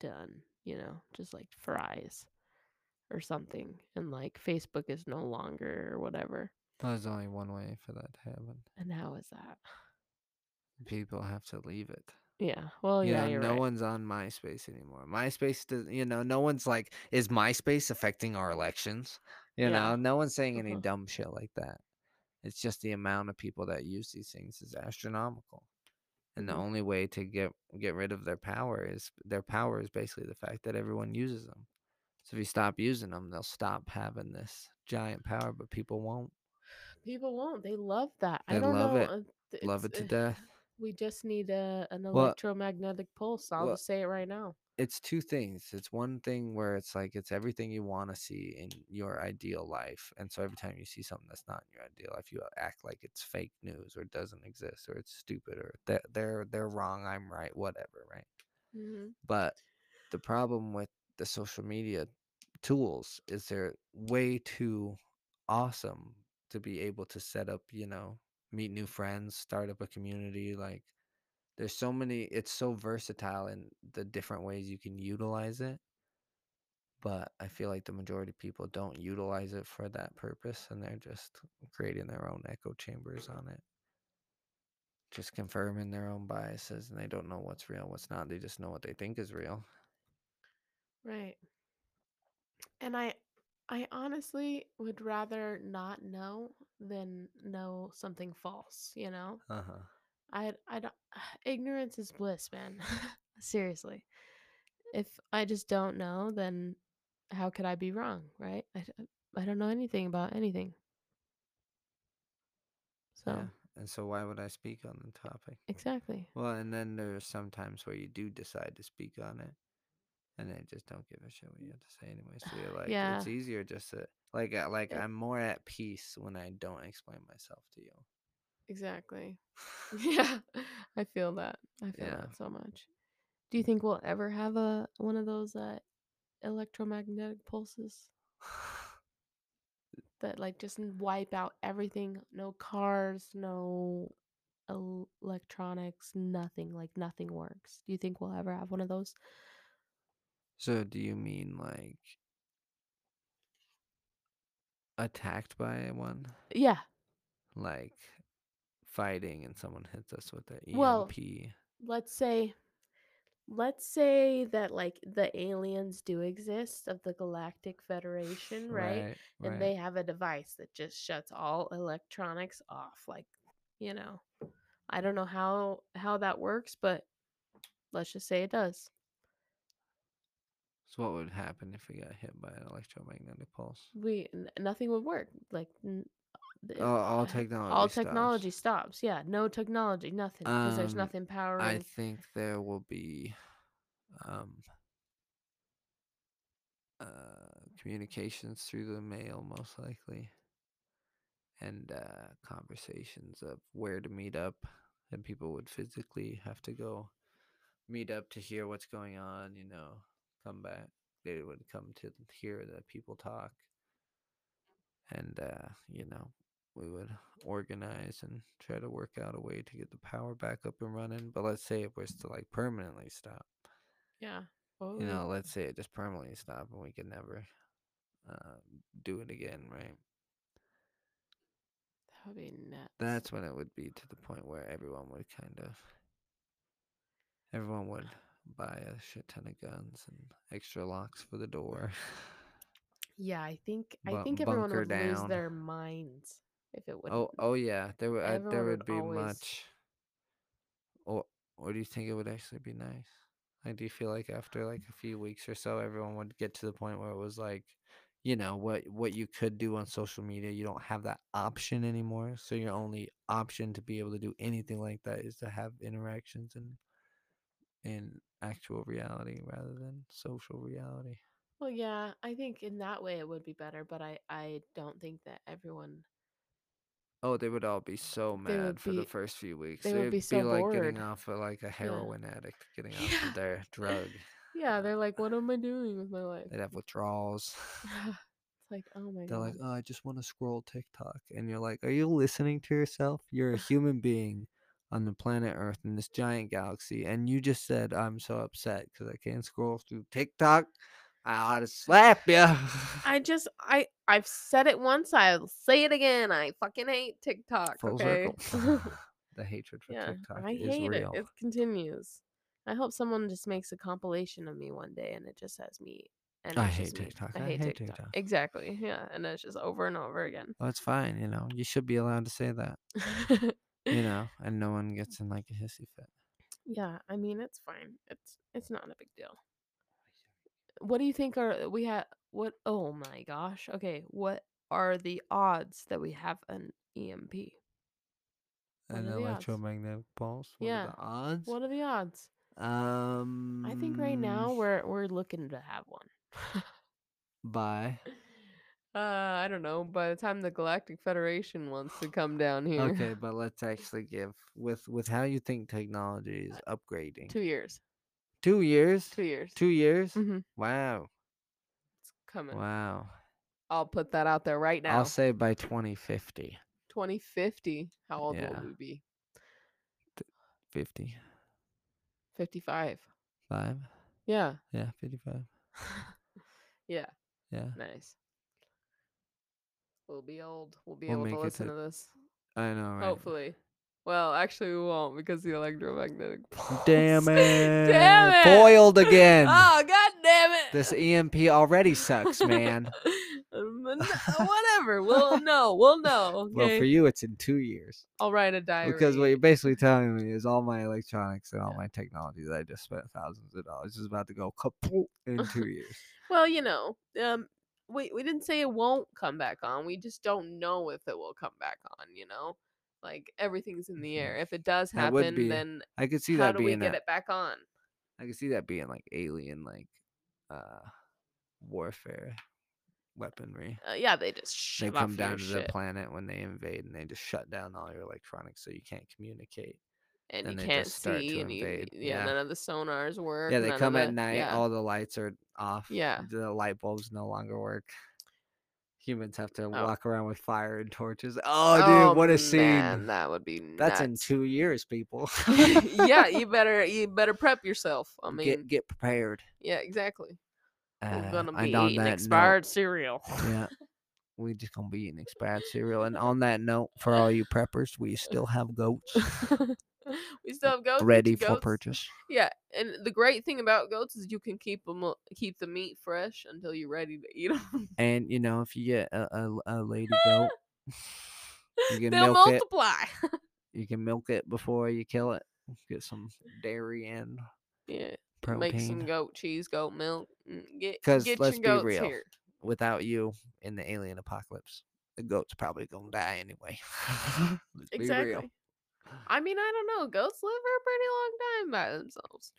[SPEAKER 3] done, you know, just like fries or something and like Facebook is no longer or whatever.
[SPEAKER 2] Well, There's only one way for that to happen.
[SPEAKER 3] And how is that?
[SPEAKER 2] People have to leave it.
[SPEAKER 3] Yeah. Well,
[SPEAKER 2] you
[SPEAKER 3] yeah,
[SPEAKER 2] know,
[SPEAKER 3] you're
[SPEAKER 2] no
[SPEAKER 3] right.
[SPEAKER 2] one's on MySpace anymore. MySpace, does, you know, no one's like, is MySpace affecting our elections? You
[SPEAKER 3] Yeah.
[SPEAKER 2] know, no one's saying any
[SPEAKER 3] Uh-huh.
[SPEAKER 2] dumb shit like that. It's just the amount of people that use these things is astronomical, and
[SPEAKER 3] Mhm.
[SPEAKER 2] the only way to get get rid of their power is their power is basically the fact that everyone uses them. So if you stop using them, they'll stop having this giant power, but people won't
[SPEAKER 3] People won't. They love that. I
[SPEAKER 2] They
[SPEAKER 3] don't
[SPEAKER 2] love
[SPEAKER 3] know.
[SPEAKER 2] it.
[SPEAKER 3] uh, th-
[SPEAKER 2] love it
[SPEAKER 3] it's,
[SPEAKER 2] to
[SPEAKER 3] uh,
[SPEAKER 2] death.
[SPEAKER 3] We just need a, an
[SPEAKER 2] Well-
[SPEAKER 3] electromagnetic pulse. I'll
[SPEAKER 2] well-
[SPEAKER 3] just say it right now.
[SPEAKER 2] it's two things. It's one thing where it's like it's everything you want to see in your ideal life, and so every time you see something that's not in your ideal life, you act like it's fake news or it doesn't exist or it's stupid or they're they're, they're wrong, I'm right, whatever, right?
[SPEAKER 3] Mhm.
[SPEAKER 2] But the problem with the social media tools is they're way too awesome to be able to set up, you know, meet new friends, start up a community. Like, there's so many, it's so versatile in the different ways you can utilize it. But I feel like the majority of people don't utilize it for that purpose and they're just creating their own echo chambers on it. Just confirming their own biases and they don't know what's real, what's not. They just know what they think is real.
[SPEAKER 3] Right. And I I honestly would rather not know than know something false, you know?
[SPEAKER 2] Uh huh.
[SPEAKER 3] I I don't ignorance is bliss, man. Seriously. If I just don't know, then how could I be wrong, right? I, d- I don't know anything about anything. So,
[SPEAKER 2] And so, why would I speak on the topic?
[SPEAKER 3] exactly.
[SPEAKER 2] Well, and then there's sometimes where you do decide to speak on it, and they just don't give a shit what you have to say anyway. So you're like,
[SPEAKER 3] Mm. Yeah.
[SPEAKER 2] it's easier just to like, uh, like
[SPEAKER 3] It-
[SPEAKER 2] I'm more at peace when I don't explain myself to you.
[SPEAKER 3] Exactly. Yeah, I feel that. I feel
[SPEAKER 2] Yeah.
[SPEAKER 3] that so much. Do you think we'll ever have a one of those uh, electromagnetic pulses that like just n- wipe out everything? No cars, no el- electronics, nothing. Like nothing works. Do you think we'll ever have one of those?
[SPEAKER 2] so do you mean like attacked by one,
[SPEAKER 3] Yeah.
[SPEAKER 2] like fighting, and someone hits us with E an EMP?
[SPEAKER 3] Well, Let's say let's say that like the aliens do exist of the Galactic Federation, right? and
[SPEAKER 2] right.
[SPEAKER 3] they have a device that just shuts all electronics off like you know i don't know how how that works but let's just say it does
[SPEAKER 2] So what would happen if we got hit by an electromagnetic pulse?
[SPEAKER 3] we n- nothing would work like n- the-
[SPEAKER 2] All, all
[SPEAKER 3] uh,
[SPEAKER 2] technology.
[SPEAKER 3] all
[SPEAKER 2] stops.
[SPEAKER 3] technology stops yeah no technology nothing because there's
[SPEAKER 2] Um,
[SPEAKER 3] nothing powering
[SPEAKER 2] I think there will be, um, uh, communications through the mail, most likely, and uh, conversations of where to meet up, and people would physically have to go meet up to hear what's going on. You know, come back. They would come to hear the people talk, and uh, you know, we would organize and try to work out a way to get the power back up and running. But let's say it was to like permanently stop.
[SPEAKER 3] Yeah. Oh.
[SPEAKER 2] You know, let's say it just permanently stopped and we could never uh, do it again, right?
[SPEAKER 3] that would be nuts.
[SPEAKER 2] That's when it would be to the point where everyone would kind of, everyone would buy a shit ton of guns and extra locks for the door.
[SPEAKER 3] Yeah, I think I
[SPEAKER 2] Bu-
[SPEAKER 3] think everyone
[SPEAKER 2] bunker
[SPEAKER 3] would lose
[SPEAKER 2] down.
[SPEAKER 3] their minds if it would.
[SPEAKER 2] oh, oh yeah, there would uh, there
[SPEAKER 3] everyone would
[SPEAKER 2] would be
[SPEAKER 3] always-
[SPEAKER 2] much. Or or do you think it would actually be nice? Like, do you feel like after like a few weeks or so, everyone would get to the point where it was like, you know, what what you could do on social media, you don't have that option anymore. So your only option to be able to do anything like that is to have interactions and in actual reality rather than social reality.
[SPEAKER 3] Well, yeah, I think in that way it would be better, but I I don't think that everyone
[SPEAKER 2] Oh, they would all be so
[SPEAKER 3] They would
[SPEAKER 2] mad for the
[SPEAKER 3] be-
[SPEAKER 2] first few weeks.
[SPEAKER 3] they would
[SPEAKER 2] It'd
[SPEAKER 3] be so
[SPEAKER 2] like
[SPEAKER 3] bored.
[SPEAKER 2] getting off of like a heroin addict getting off
[SPEAKER 3] Yeah.
[SPEAKER 2] of their drug.
[SPEAKER 3] Yeah, they're like, what am I doing with my life?
[SPEAKER 2] They'd have withdrawals.
[SPEAKER 3] it's like, oh my
[SPEAKER 2] They're
[SPEAKER 3] god.
[SPEAKER 2] like, oh, I just want to scroll TikTok. And you're like, are you listening to yourself? You're a human being on the planet Earth in this giant galaxy. And you just said, I'm so upset because I can't scroll through TikTok. I ought to slap you.
[SPEAKER 3] I just I I've said it once, I'll say it again. I fucking hate TikTok.
[SPEAKER 2] Full
[SPEAKER 3] okay.
[SPEAKER 2] circle. the hatred for
[SPEAKER 3] yeah,
[SPEAKER 2] TikTok
[SPEAKER 3] I
[SPEAKER 2] is
[SPEAKER 3] hate
[SPEAKER 2] real.
[SPEAKER 3] it. It continues. I hope someone just makes a compilation of me one day and it just says me. And
[SPEAKER 2] I
[SPEAKER 3] it's
[SPEAKER 2] hate
[SPEAKER 3] just me.
[SPEAKER 2] TikTok.
[SPEAKER 3] I hate TikTok. Exactly. Yeah. And it's just over and over again.
[SPEAKER 2] Well, it's fine. You know, you should be allowed to say that. you know, and no one gets in like a hissy fit.
[SPEAKER 3] Yeah, I mean it's fine. It's it's not a big deal. What do you think are we have what oh my gosh. Okay, what are the odds that we have an E EMP? What
[SPEAKER 2] An
[SPEAKER 3] are the odds?
[SPEAKER 2] electromagnetic pulse. What
[SPEAKER 3] Yeah.
[SPEAKER 2] are the odds?
[SPEAKER 3] What are the odds?
[SPEAKER 2] Um,
[SPEAKER 3] I think right now we're we're looking to have one.
[SPEAKER 2] by
[SPEAKER 3] Uh, I don't know. By the time the Galactic Federation wants to come down here,
[SPEAKER 2] okay, but let's actually give with with how you think technology is upgrading.
[SPEAKER 3] two years,
[SPEAKER 2] Two years.
[SPEAKER 3] two years,
[SPEAKER 2] Two years.
[SPEAKER 3] Mhm.
[SPEAKER 2] Wow.
[SPEAKER 3] it's coming.
[SPEAKER 2] Wow.
[SPEAKER 3] I'll put that out there right now.
[SPEAKER 2] I'll say by 2050.
[SPEAKER 3] 2050. How old
[SPEAKER 2] Yeah.
[SPEAKER 3] will we be?
[SPEAKER 2] 50.
[SPEAKER 3] 55.
[SPEAKER 2] Five.
[SPEAKER 3] Yeah.
[SPEAKER 2] Yeah, 55.
[SPEAKER 3] yeah.
[SPEAKER 2] Yeah.
[SPEAKER 3] Nice. We'll be old. We'll be
[SPEAKER 2] We'll
[SPEAKER 3] able to
[SPEAKER 2] make it
[SPEAKER 3] listen
[SPEAKER 2] to-
[SPEAKER 3] to this.
[SPEAKER 2] I know, right?
[SPEAKER 3] Hopefully. Well, actually, we won't because the electromagnetic. Pulse.
[SPEAKER 2] Damn it.
[SPEAKER 3] Damn it.
[SPEAKER 2] Foiled again.
[SPEAKER 3] Oh god damn it!
[SPEAKER 2] This EMP already sucks, man.
[SPEAKER 3] Um, n- Whatever. We'll know. We'll know.
[SPEAKER 2] Well,
[SPEAKER 3] okay?
[SPEAKER 2] for you, it's in two years.
[SPEAKER 3] I'll write a diary.
[SPEAKER 2] Because what you're basically telling me is all my electronics and all my technology that I just spent thousands of dollars is about to go kaput in two years.
[SPEAKER 3] Well, you know, um, we we didn't say it won't come back on. We just don't know if it will come back on. You know, like everything's in the
[SPEAKER 2] Mhm.
[SPEAKER 3] air. If it does
[SPEAKER 2] That would
[SPEAKER 3] happen,
[SPEAKER 2] be-
[SPEAKER 3] then
[SPEAKER 2] I could see
[SPEAKER 3] how
[SPEAKER 2] that
[SPEAKER 3] do we
[SPEAKER 2] being
[SPEAKER 3] get
[SPEAKER 2] a,
[SPEAKER 3] it back on?
[SPEAKER 2] I could see that being like alien like uh warfare weaponry.
[SPEAKER 3] Uh, yeah, they just
[SPEAKER 2] They
[SPEAKER 3] shove off
[SPEAKER 2] come down
[SPEAKER 3] your
[SPEAKER 2] to
[SPEAKER 3] shit,
[SPEAKER 2] the planet when they invade and they just shut down all your electronics so you can't communicate.
[SPEAKER 3] and you
[SPEAKER 2] and they
[SPEAKER 3] can't
[SPEAKER 2] just start
[SPEAKER 3] see,
[SPEAKER 2] to
[SPEAKER 3] and you,
[SPEAKER 2] invade.
[SPEAKER 3] yeah,
[SPEAKER 2] Yeah.
[SPEAKER 3] none of the sonars work.
[SPEAKER 2] Yeah, they
[SPEAKER 3] none of
[SPEAKER 2] come
[SPEAKER 3] the-
[SPEAKER 2] at night,
[SPEAKER 3] yeah.
[SPEAKER 2] all the lights are off.
[SPEAKER 3] Yeah.
[SPEAKER 2] The light bulbs no longer work. Humans have to walk around with fire and torches. Oh,
[SPEAKER 3] Oh,
[SPEAKER 2] dude, what a scene.
[SPEAKER 3] man, that would be
[SPEAKER 2] That's in
[SPEAKER 3] nuts.
[SPEAKER 2] two years, people.
[SPEAKER 3] yeah, you better you better prep yourself. I mean,
[SPEAKER 2] get get prepared.
[SPEAKER 3] yeah, exactly. We're
[SPEAKER 2] Uh,
[SPEAKER 3] gonna
[SPEAKER 2] and
[SPEAKER 3] be
[SPEAKER 2] on
[SPEAKER 3] eating
[SPEAKER 2] that
[SPEAKER 3] expired cereal.
[SPEAKER 2] Note, yeah, we just gonna be eating expired cereal. And on that note, for all you preppers, we still have goats
[SPEAKER 3] we still have goats.
[SPEAKER 2] ready
[SPEAKER 3] it's
[SPEAKER 2] for
[SPEAKER 3] goats.
[SPEAKER 2] purchase.
[SPEAKER 3] Yeah, and the great thing about goats is you can keep them keep the meat fresh until you're ready to eat them.
[SPEAKER 2] And you know, if you get a, a, a lady goat, You can
[SPEAKER 3] They'll
[SPEAKER 2] milk it.
[SPEAKER 3] multiply.
[SPEAKER 2] you can milk it before you kill it. Get some dairy and
[SPEAKER 3] yeah,
[SPEAKER 2] protein.
[SPEAKER 3] make some goat cheese, goat milk. mm, Get
[SPEAKER 2] 'Cause
[SPEAKER 3] get
[SPEAKER 2] let's
[SPEAKER 3] your
[SPEAKER 2] be
[SPEAKER 3] goats
[SPEAKER 2] real.
[SPEAKER 3] here.
[SPEAKER 2] without you in the alien apocalypse, the goat's probably gonna die anyway. Let's be real.
[SPEAKER 3] Exactly. I mean, I don't know. Goats live for a pretty long time by themselves.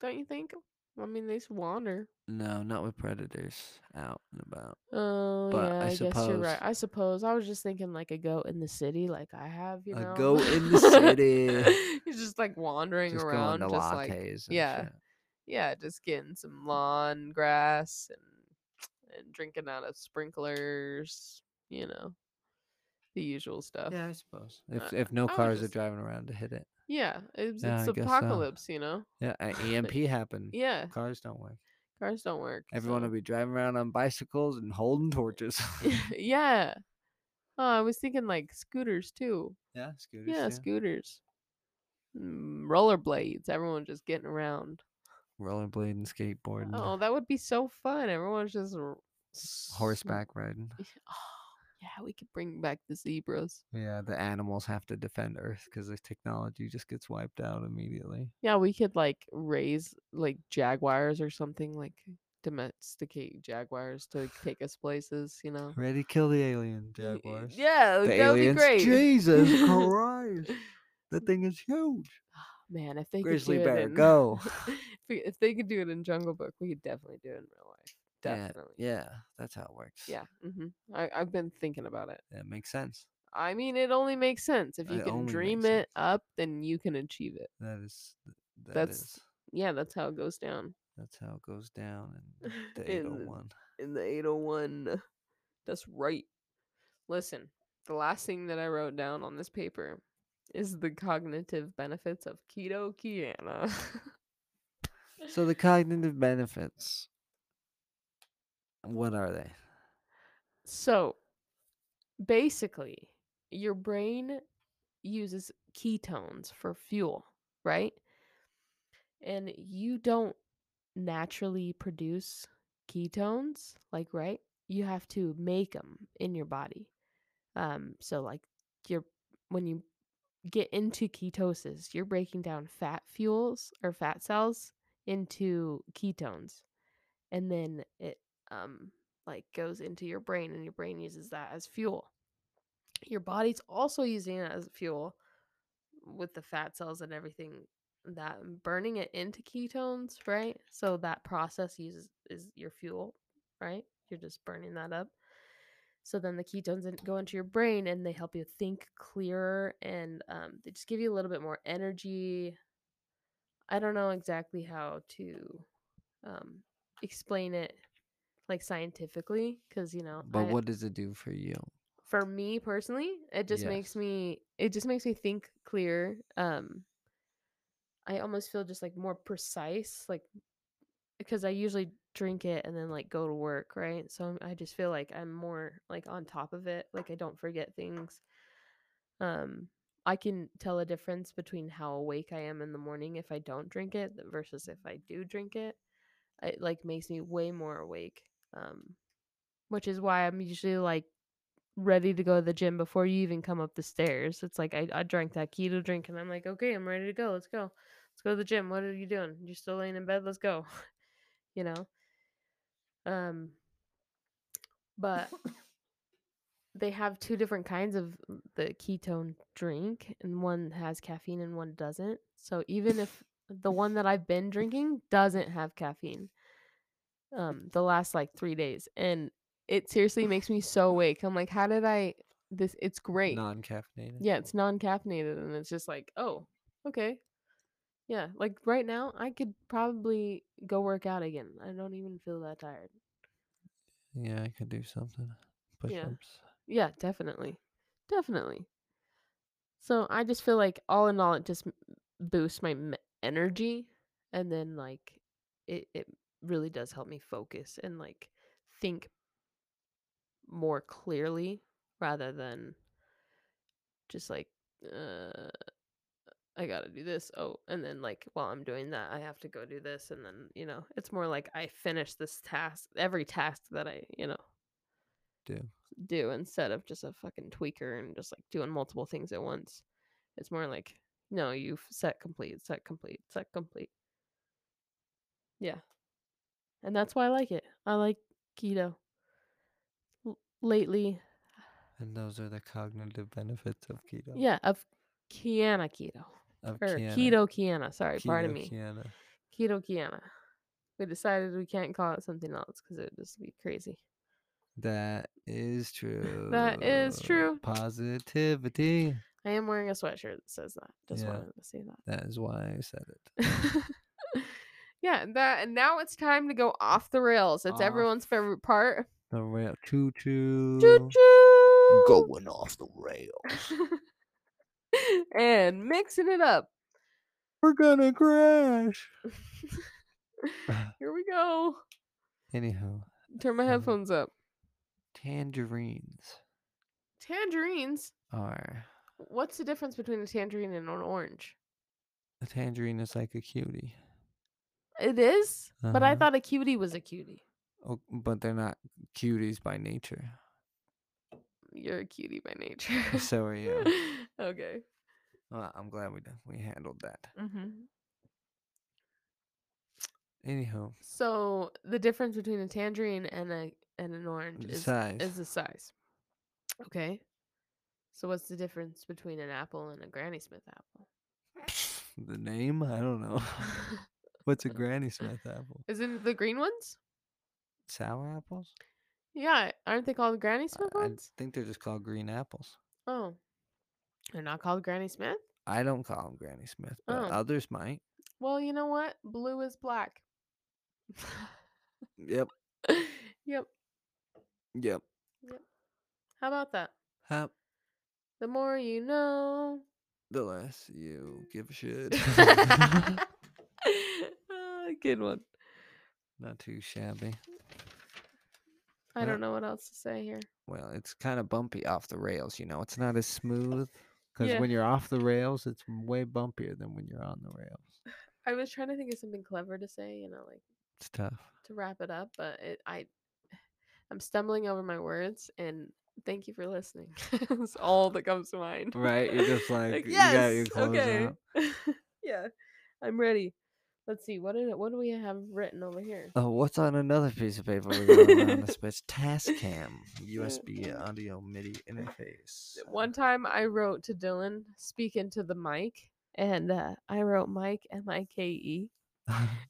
[SPEAKER 3] Don't you think? I mean, they just wander.
[SPEAKER 2] No, not with predators out and about.
[SPEAKER 3] Oh
[SPEAKER 2] But
[SPEAKER 3] yeah,
[SPEAKER 2] I
[SPEAKER 3] I, guess you're
[SPEAKER 2] suppose-
[SPEAKER 3] right. I suppose I was just thinking like a goat in the city, like I have, you
[SPEAKER 2] A
[SPEAKER 3] know.
[SPEAKER 2] goat in the city.
[SPEAKER 3] He's just like wandering
[SPEAKER 2] Just
[SPEAKER 3] around,
[SPEAKER 2] going to Mm.
[SPEAKER 3] just
[SPEAKER 2] lattes
[SPEAKER 3] like
[SPEAKER 2] and
[SPEAKER 3] yeah.
[SPEAKER 2] shit.
[SPEAKER 3] yeah, just getting some lawn grass and and drinking out of sprinklers, you know, the usual stuff.
[SPEAKER 2] Yeah, I suppose. If
[SPEAKER 3] Uh,
[SPEAKER 2] if no
[SPEAKER 3] I would
[SPEAKER 2] cars are
[SPEAKER 3] just-
[SPEAKER 2] driving around to hit it.
[SPEAKER 3] Yeah, it's,
[SPEAKER 2] Yeah,
[SPEAKER 3] it's
[SPEAKER 2] I guess so. Mm.
[SPEAKER 3] apocalypse, you know.
[SPEAKER 2] Yeah, a EMP happened.
[SPEAKER 3] Yeah,
[SPEAKER 2] Cars don't work.
[SPEAKER 3] cars don't work.
[SPEAKER 2] Everyone
[SPEAKER 3] so-
[SPEAKER 2] will be driving around on bicycles and holding torches.
[SPEAKER 3] yeah. Oh, I was thinking like scooters too.
[SPEAKER 2] yeah, scooters.
[SPEAKER 3] yeah,
[SPEAKER 2] Yeah,
[SPEAKER 3] scooters. Mm, rollerblades. Everyone just getting around.
[SPEAKER 2] rollerblade and skateboarding.
[SPEAKER 3] Oh, that would be so fun. Everyone's just r- s-
[SPEAKER 2] horseback riding.
[SPEAKER 3] Oh, yeah, we could bring back the zebras.
[SPEAKER 2] Yeah, the animals have to defend Earth because the technology just gets wiped out immediately.
[SPEAKER 3] Yeah, we could like raise like jaguars or something, like domesticate jaguars to take us places, you know?
[SPEAKER 2] Ready, kill the alien
[SPEAKER 3] Y- y-
[SPEAKER 2] jaguars.
[SPEAKER 3] Yeah,
[SPEAKER 2] the
[SPEAKER 3] that
[SPEAKER 2] aliens.
[SPEAKER 3] would be great.
[SPEAKER 2] Jesus Christ, that thing is huge.
[SPEAKER 3] Man, if they
[SPEAKER 2] Grizzly
[SPEAKER 3] could do
[SPEAKER 2] bear,
[SPEAKER 3] it in,
[SPEAKER 2] go.
[SPEAKER 3] if, we- if they could do it in Jungle Book, we could definitely do it in real life.
[SPEAKER 2] Yeah,
[SPEAKER 3] Definitely.
[SPEAKER 2] Yeah, that's how it works.
[SPEAKER 3] Yeah. hmm I, I've been thinking about it.
[SPEAKER 2] that makes sense.
[SPEAKER 3] I mean, it only makes sense. If you
[SPEAKER 2] It
[SPEAKER 3] can
[SPEAKER 2] only
[SPEAKER 3] dream
[SPEAKER 2] makes
[SPEAKER 3] it
[SPEAKER 2] sense.
[SPEAKER 3] up, then you can achieve it.
[SPEAKER 2] That is. th- that
[SPEAKER 3] That's-
[SPEAKER 2] is-
[SPEAKER 3] Yeah, that's how it goes down.
[SPEAKER 2] That's how it goes down in the
[SPEAKER 3] In-
[SPEAKER 2] 801.
[SPEAKER 3] In the 801. That's right. Listen, the last thing that I wrote down on this paper is the cognitive benefits of keto Kiana.
[SPEAKER 2] So the cognitive benefits. What are they?
[SPEAKER 3] So basically, your brain uses ketones for fuel, right? And you don't naturally produce ketones, like, right? You have to make them in your body. Um, so, like, your when you get into ketosis, you're breaking down fat fuels or fat cells into ketones. And then it um like goes into your brain and your brain uses that as fuel. Your body's also using it as fuel with the fat cells and everything that and burning it into ketones, right? So that process uses is your fuel, right? You're just burning that up. So then the ketones in- go into your brain and they help you think clearer and um, they just give you a little bit more energy. I don't know exactly how to um, explain it like scientifically because you know
[SPEAKER 2] But
[SPEAKER 3] Oh, I-
[SPEAKER 2] what does it do for you?
[SPEAKER 3] for me personally it just makes
[SPEAKER 2] Yes.
[SPEAKER 3] me it just makes me think clear um i almost feel just like more precise like because i usually drink it and then like go to work right so I'm, i just feel like i'm more like on top of it like i don't forget things um i can tell a difference between how awake i am in the morning if i don't drink it versus if i do drink it it like makes me way more awake um which is why i'm usually like ready to go to the gym before you even come up the stairs. It's like I, I drank that keto drink and I'm like, okay, I'm ready to go. Let's go. Let's go to the gym. What are you doing? You're still laying in bed. Let's go. you know? Um but they have two different kinds of the ketone drink and one has caffeine and one doesn't. So even if the one that I've been drinking doesn't have caffeine um the last like 3 days and it seriously makes me so awake. I'm like, how did I this it's great.
[SPEAKER 2] Non caffeinated.
[SPEAKER 3] Yeah, it's non-caffeinated and it's just like, oh, okay. Yeah, like right now I could probably go work out again. I don't even feel that tired.
[SPEAKER 2] Yeah, I could do something. Push
[SPEAKER 3] Yeah.
[SPEAKER 2] ups.
[SPEAKER 3] Yeah, definitely. Definitely. So I just feel like all in all, it just m- boosts my m- energy. And then, like, it, it really does help me focus and, like, think more clearly rather than just like, uh, I gotta do this. Oh, and then, like, while I'm doing that, I have to go do this. And then, you know, it's more like I finish this task, every task that I, you know,
[SPEAKER 2] Do.
[SPEAKER 3] do instead of just a fucking tweaker and just like doing multiple things at once. It's more like, no, you've set complete, set complete, set complete. Yeah. And that's why I like it. I like keto. L- lately,
[SPEAKER 2] And those are the cognitive benefits of keto.
[SPEAKER 3] yeah, of Kiana keto.
[SPEAKER 2] Of
[SPEAKER 3] Or
[SPEAKER 2] Kiana.
[SPEAKER 3] keto Kiana, sorry, pardon
[SPEAKER 2] Keto
[SPEAKER 3] me.
[SPEAKER 2] Kiana.
[SPEAKER 3] Keto Kiana. We decided we can't call it something else because it would just be crazy.
[SPEAKER 2] That is true.
[SPEAKER 3] That is true.
[SPEAKER 2] Positivity.
[SPEAKER 3] I am wearing a sweatshirt that says that. Just
[SPEAKER 2] Yeah.
[SPEAKER 3] wanted to say
[SPEAKER 2] That is why I said it.
[SPEAKER 3] that. yeah, that and now it's time to go off the rails. It's
[SPEAKER 2] Off
[SPEAKER 3] everyone's favorite part.
[SPEAKER 2] The rail choo choo.
[SPEAKER 3] Choo choo.
[SPEAKER 2] off the rail.
[SPEAKER 3] and mixing it up.
[SPEAKER 2] We're gonna crash.
[SPEAKER 3] Here we go.
[SPEAKER 2] Anyhow,
[SPEAKER 3] Turn my
[SPEAKER 2] Um,
[SPEAKER 3] headphones up.
[SPEAKER 2] tangerines
[SPEAKER 3] Tangerines.
[SPEAKER 2] are
[SPEAKER 3] What's the difference between a tangerine and an orange?
[SPEAKER 2] a tangerine is like a cutie.
[SPEAKER 3] It is, but I
[SPEAKER 2] Uh-huh.
[SPEAKER 3] thought a cutie was a cutie.
[SPEAKER 2] Oh, but they're not cuties by nature.
[SPEAKER 3] You're a cutie by nature.
[SPEAKER 2] So are you.
[SPEAKER 3] okay.
[SPEAKER 2] Well, I'm glad we done- we handled that.
[SPEAKER 3] Mm-hmm.
[SPEAKER 2] Anyhow,
[SPEAKER 3] So the difference between a tangerine and a and an orange
[SPEAKER 2] the
[SPEAKER 3] is
[SPEAKER 2] size.
[SPEAKER 3] is the size. Okay. So what's the difference between an apple and a Granny Smith apple?
[SPEAKER 2] the name? I don't know. What's a Granny Smith apple?
[SPEAKER 3] is it the green ones?
[SPEAKER 2] Sour apples?
[SPEAKER 3] Yeah, aren't they called Granny Smith
[SPEAKER 2] I, I
[SPEAKER 3] ones?
[SPEAKER 2] think they're just called green apples.
[SPEAKER 3] Oh, they're not called Granny Smith.
[SPEAKER 2] I don't call them Granny Smith, but
[SPEAKER 3] Oh.
[SPEAKER 2] others might.
[SPEAKER 3] Well, you know what? Blue is black.
[SPEAKER 2] Yep.
[SPEAKER 3] yep.
[SPEAKER 2] Yep.
[SPEAKER 3] How about that?
[SPEAKER 2] Hap
[SPEAKER 3] The more you know.
[SPEAKER 2] the less you give a shit.
[SPEAKER 3] Ah, Good one.
[SPEAKER 2] Not too shabby.
[SPEAKER 3] I
[SPEAKER 2] Yeah.
[SPEAKER 3] don't know what else to say here.
[SPEAKER 2] Well, it's kind of bumpy off the rails, you know. It's not as smooth because
[SPEAKER 3] Yeah.
[SPEAKER 2] when you're off the rails, it's way bumpier than when you're on the rails.
[SPEAKER 3] I was trying to think of something clever to say, you know, like
[SPEAKER 2] It's tough.
[SPEAKER 3] to wrap it up, but it, I, I'm stumbling over my words. And thank you for listening. That's all that comes to mind.
[SPEAKER 2] Right? You're just like, you got your
[SPEAKER 3] yes,
[SPEAKER 2] clothes
[SPEAKER 3] okay,
[SPEAKER 2] out.
[SPEAKER 3] yeah, I'm ready. Let's see what did what do we have written over here?
[SPEAKER 2] Oh, what's on another piece of paper we got around this bitch? Tascam USB audio MIDI interface.
[SPEAKER 3] One time I wrote to Dylan speaking to the mic, and uh, I wrote Mike M I K E,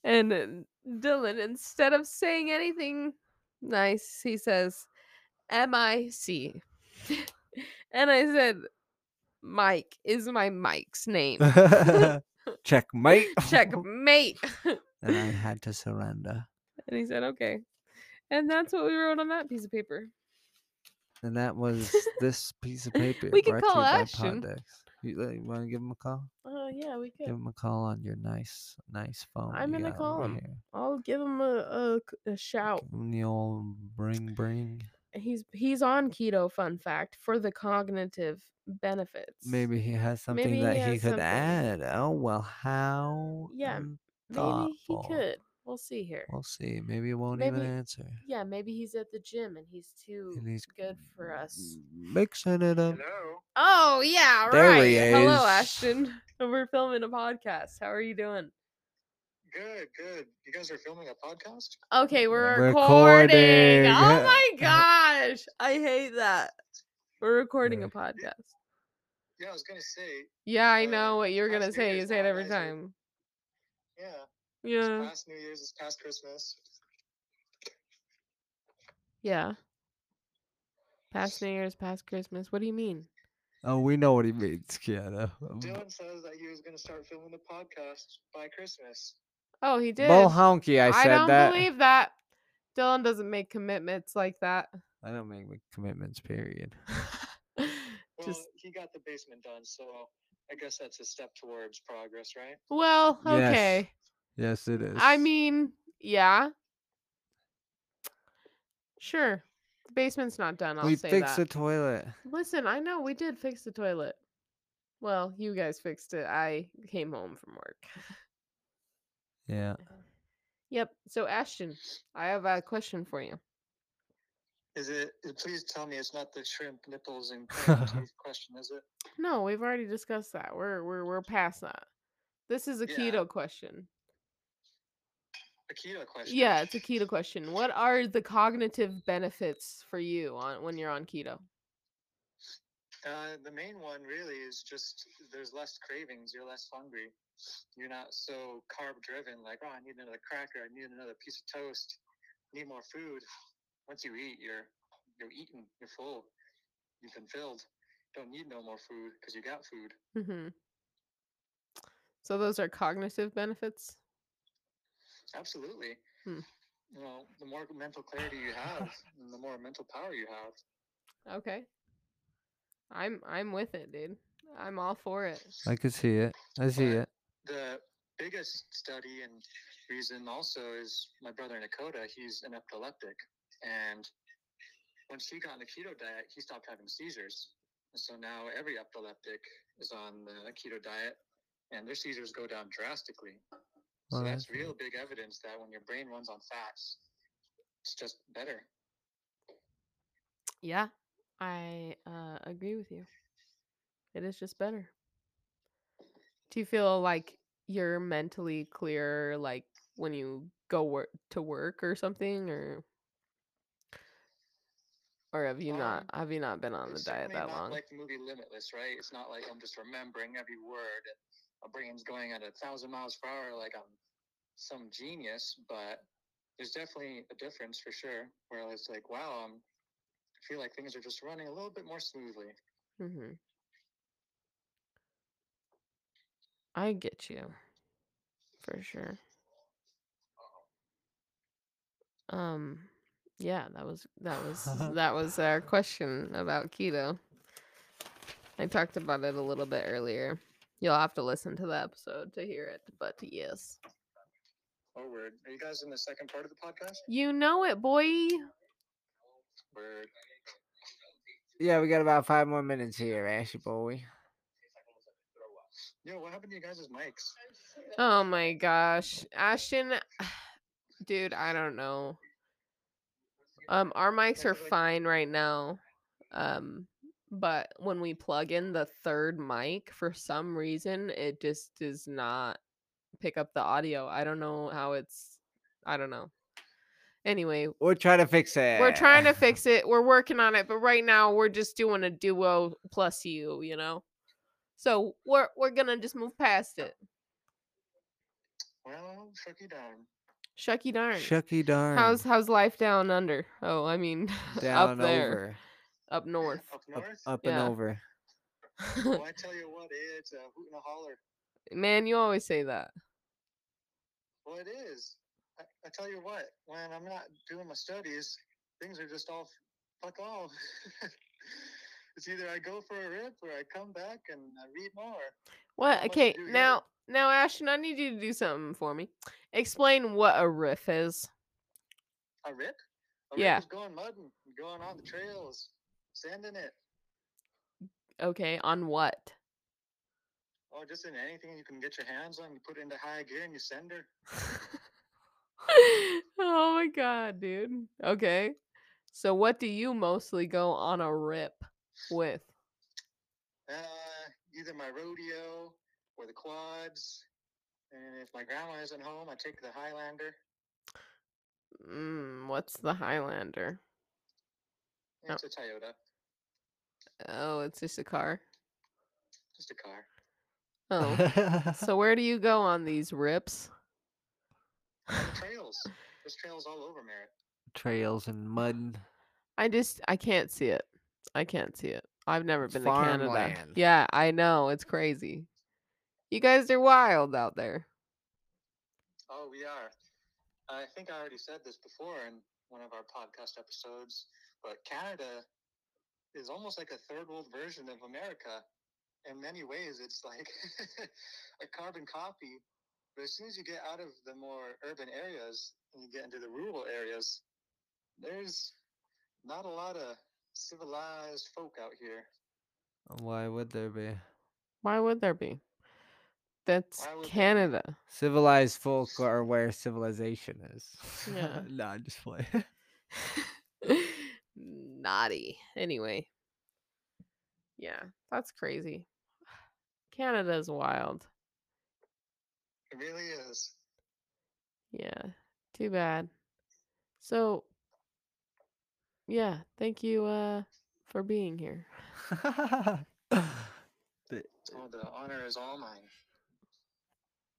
[SPEAKER 3] and uh, Dylan instead of saying anything nice, he says M I C, and I said Mike is my Mike's name.
[SPEAKER 2] Checkmate.
[SPEAKER 3] Checkmate.
[SPEAKER 2] and I had to surrender.
[SPEAKER 3] And he said, okay. And that's what we wrote on that piece of paper.
[SPEAKER 2] And that was this piece of paper.
[SPEAKER 3] We
[SPEAKER 2] brought
[SPEAKER 3] could
[SPEAKER 2] to you
[SPEAKER 3] call
[SPEAKER 2] by
[SPEAKER 3] Ashton.
[SPEAKER 2] Poddex. You, uh, you want to give him a call?
[SPEAKER 3] Oh, yeah, we
[SPEAKER 2] Give
[SPEAKER 3] could.
[SPEAKER 2] him a call on your nice, nice phone.
[SPEAKER 3] I'm
[SPEAKER 2] you
[SPEAKER 3] gonna
[SPEAKER 2] got
[SPEAKER 3] call
[SPEAKER 2] over
[SPEAKER 3] him.
[SPEAKER 2] here.
[SPEAKER 3] I'll give him a, a, a shout.
[SPEAKER 2] Give him the old bring, bring.
[SPEAKER 3] He's he's on keto, fun fact, for the cognitive benefits.
[SPEAKER 2] Maybe he has something
[SPEAKER 3] Maybe
[SPEAKER 2] that
[SPEAKER 3] he
[SPEAKER 2] he,
[SPEAKER 3] has
[SPEAKER 2] could
[SPEAKER 3] something.
[SPEAKER 2] add. Oh, well, how?
[SPEAKER 3] Yeah,
[SPEAKER 2] um,
[SPEAKER 3] Maybe he
[SPEAKER 2] thoughtful.
[SPEAKER 3] could. We'll see here.
[SPEAKER 2] We'll see. Maybe it won't even
[SPEAKER 3] Maybe-
[SPEAKER 2] answer.
[SPEAKER 3] Yeah, maybe he's at the gym and he's too
[SPEAKER 2] And he's
[SPEAKER 3] good for us.
[SPEAKER 2] mixing it up.
[SPEAKER 3] Oh, yeah,
[SPEAKER 2] There
[SPEAKER 3] right.
[SPEAKER 2] he
[SPEAKER 3] Hello,
[SPEAKER 2] is.
[SPEAKER 3] Ashton. We're filming a podcast. How are you doing?
[SPEAKER 1] Good, good. You guys are filming a podcast?
[SPEAKER 3] Okay, we're recording.
[SPEAKER 2] Recording.
[SPEAKER 3] Oh my gosh. I hate that. We're recording a podcast.
[SPEAKER 1] Yeah, I was gonna say,
[SPEAKER 3] Yeah, I
[SPEAKER 1] Uh,
[SPEAKER 3] know what you're going to
[SPEAKER 1] last New
[SPEAKER 3] say. You
[SPEAKER 1] Year's
[SPEAKER 3] say it
[SPEAKER 1] now,
[SPEAKER 3] every
[SPEAKER 1] guys, we're-
[SPEAKER 3] time.
[SPEAKER 1] yeah. It's
[SPEAKER 3] Yeah.
[SPEAKER 1] past New Year's, it's past Christmas.
[SPEAKER 3] Yeah. Past New Year's, past Christmas. What do you mean?
[SPEAKER 2] Oh, we know what he means, Keanu.
[SPEAKER 3] Mm.
[SPEAKER 1] Dylan says that he was gonna start filming the podcast by Christmas.
[SPEAKER 3] Oh, he did.
[SPEAKER 2] Bull honky, I
[SPEAKER 3] I
[SPEAKER 2] said
[SPEAKER 3] don't
[SPEAKER 2] that.
[SPEAKER 3] believe that. Dylan doesn't make commitments like that.
[SPEAKER 2] I don't make my commitments, period.
[SPEAKER 1] Well,
[SPEAKER 3] Just
[SPEAKER 1] he got the basement done, so I guess that's a step towards progress, right?
[SPEAKER 3] well,
[SPEAKER 2] Yes.
[SPEAKER 3] okay.
[SPEAKER 2] Yes, it is.
[SPEAKER 3] I mean, yeah. Sure. The basement's not done. I'll
[SPEAKER 2] we
[SPEAKER 3] say
[SPEAKER 2] fixed
[SPEAKER 3] that.
[SPEAKER 2] the toilet.
[SPEAKER 3] Listen, I know we did fix the toilet. Well, you guys fixed it. I came home from work.
[SPEAKER 2] Yeah.
[SPEAKER 3] Yep. So Ashton, I have a question for you.
[SPEAKER 1] Is it uh, please tell me it's not the shrimp nipples and cream teeth question, is it?
[SPEAKER 3] No, we've already discussed that. We're we're we're past that. This is a
[SPEAKER 1] Yeah.
[SPEAKER 3] keto question.
[SPEAKER 1] A keto question.
[SPEAKER 3] Yeah, it's a keto question. What are the cognitive benefits for you on when you're on keto?
[SPEAKER 1] Uh, the main one really is just there's less cravings. You're less hungry. You're not so carb driven. Like, oh, I need another cracker. I need another piece of toast. Need more food. Once you eat, you're you're eaten. You're full. You've been filled. Don't need no more food because you got food.
[SPEAKER 3] Mm-hmm. So those are cognitive benefits.
[SPEAKER 1] Absolutely.
[SPEAKER 3] Hmm.
[SPEAKER 1] You know, the more mental clarity you have, and the more mental power you have.
[SPEAKER 3] Okay. I'm I'm with it, dude. I'm all for it.
[SPEAKER 2] I could see it. I see
[SPEAKER 1] But-
[SPEAKER 2] it.
[SPEAKER 1] the biggest study and reason also is my brother Nakota. He's an epileptic, and once he got on the keto diet, he stopped having seizures. And so now every epileptic is on the keto diet, and their seizures go down drastically. So
[SPEAKER 2] Well,
[SPEAKER 1] that's
[SPEAKER 2] that's
[SPEAKER 1] real big evidence that when your brain runs on fats, it's just better.
[SPEAKER 3] Yeah. I uh agree with you. It is just better. Do you feel like you're mentally clear like when you go work to work or something or or have you not
[SPEAKER 1] Um,
[SPEAKER 3] have you not been on the
[SPEAKER 1] it's
[SPEAKER 3] diet
[SPEAKER 1] certainly
[SPEAKER 3] that
[SPEAKER 1] not
[SPEAKER 3] long?
[SPEAKER 1] like the movie Limitless, right? It's not like I'm just remembering every word and my brain's going at a thousand miles per hour like I'm some genius, but there's definitely a difference for sure. Where it's like, wow, I'm, I feel like things are just running a little bit more smoothly.
[SPEAKER 3] Mm-hmm. I get you. For sure. Um yeah, that was that was that was our question about keto. I talked about it a little bit earlier. You'll have to listen to the episode to hear it, but yes.
[SPEAKER 1] Oh, word. Are you guys in the second part of the podcast?
[SPEAKER 3] You know it, boy.
[SPEAKER 1] Word.
[SPEAKER 2] Yeah, we got about five more minutes here, Ashy Boy.
[SPEAKER 1] Yo, what happened to you guys' mics?
[SPEAKER 3] Oh my gosh. Ashton dude, I don't know. Um, our mics are fine right now. Um, but when we plug in the third mic, for some reason, it just does not pick up the audio. I don't know how it's. I don't know. Anyway,
[SPEAKER 2] We're trying to fix it.
[SPEAKER 3] we're trying to fix it. We're working on it, but right now we're just doing a duo plus you. You know, so we're we're gonna just move past it.
[SPEAKER 1] Well, shook you down.
[SPEAKER 3] Shucky darn.
[SPEAKER 2] Shucky darn.
[SPEAKER 3] How's how's life down under? Oh, I mean,
[SPEAKER 2] down
[SPEAKER 3] up there,
[SPEAKER 2] over,
[SPEAKER 3] up north.
[SPEAKER 1] Up
[SPEAKER 2] up,
[SPEAKER 1] north?
[SPEAKER 2] up
[SPEAKER 3] Yeah.
[SPEAKER 2] and over?
[SPEAKER 1] well, I tell you what, it's a hoot and a holler.
[SPEAKER 3] Man, you always say that.
[SPEAKER 1] Well, it is. I, I tell you what, when I'm not doing my studies, things are just all f- fuck all. it's either I go for a rip or I come back and I read more.
[SPEAKER 3] What?
[SPEAKER 1] much
[SPEAKER 3] Okay,
[SPEAKER 1] do you-
[SPEAKER 3] now, now, Ashton, I need you to do something for me. Explain what a riff is.
[SPEAKER 1] A rip? A
[SPEAKER 3] Yeah.
[SPEAKER 1] rip is going mudding, going on the trails, sanding it,
[SPEAKER 3] Okay, on what?
[SPEAKER 1] or Oh, just in anything you can get your hands on. You put it into high gear and you send her.
[SPEAKER 3] oh my god, dude. Okay, so what do you mostly go on a rip with?
[SPEAKER 1] Uh, either my rodeo or the quads. And if my grandma isn't home, I take the Highlander.
[SPEAKER 3] Mm, what's the Highlander? Oh.
[SPEAKER 1] It's a Toyota,
[SPEAKER 3] Oh, it's just a car.
[SPEAKER 1] just a car.
[SPEAKER 3] Oh, so where do you go on these rips?
[SPEAKER 1] on the trails. There's trails all over Merritt.
[SPEAKER 2] trails and mud.
[SPEAKER 3] I just I can't see it. I can't see it. I've never been to Canada.
[SPEAKER 2] Farmland.
[SPEAKER 3] Yeah, I know. It's crazy. You guys are wild out there.
[SPEAKER 1] Oh, we are. I think I already said this before in one of our podcast episodes, but Canada is almost like a third world version of America. In many ways, it's like a carbon copy. But as soon as you get out of the more urban areas and you get into the rural areas, there's not a lot of civilized folk out here.
[SPEAKER 2] Why would there be
[SPEAKER 3] Why would there be? That's
[SPEAKER 1] Why would there be?
[SPEAKER 3] Canada.
[SPEAKER 2] civilized folk are where civilization is?
[SPEAKER 3] Yeah.
[SPEAKER 2] nah, I'm just play.
[SPEAKER 3] Naughty. Anyway. Yeah, that's crazy. Canada's wild.
[SPEAKER 1] It really is.
[SPEAKER 3] Yeah. Too bad. So yeah, thank you uh for being here.
[SPEAKER 2] The-
[SPEAKER 1] So the honor is all mine.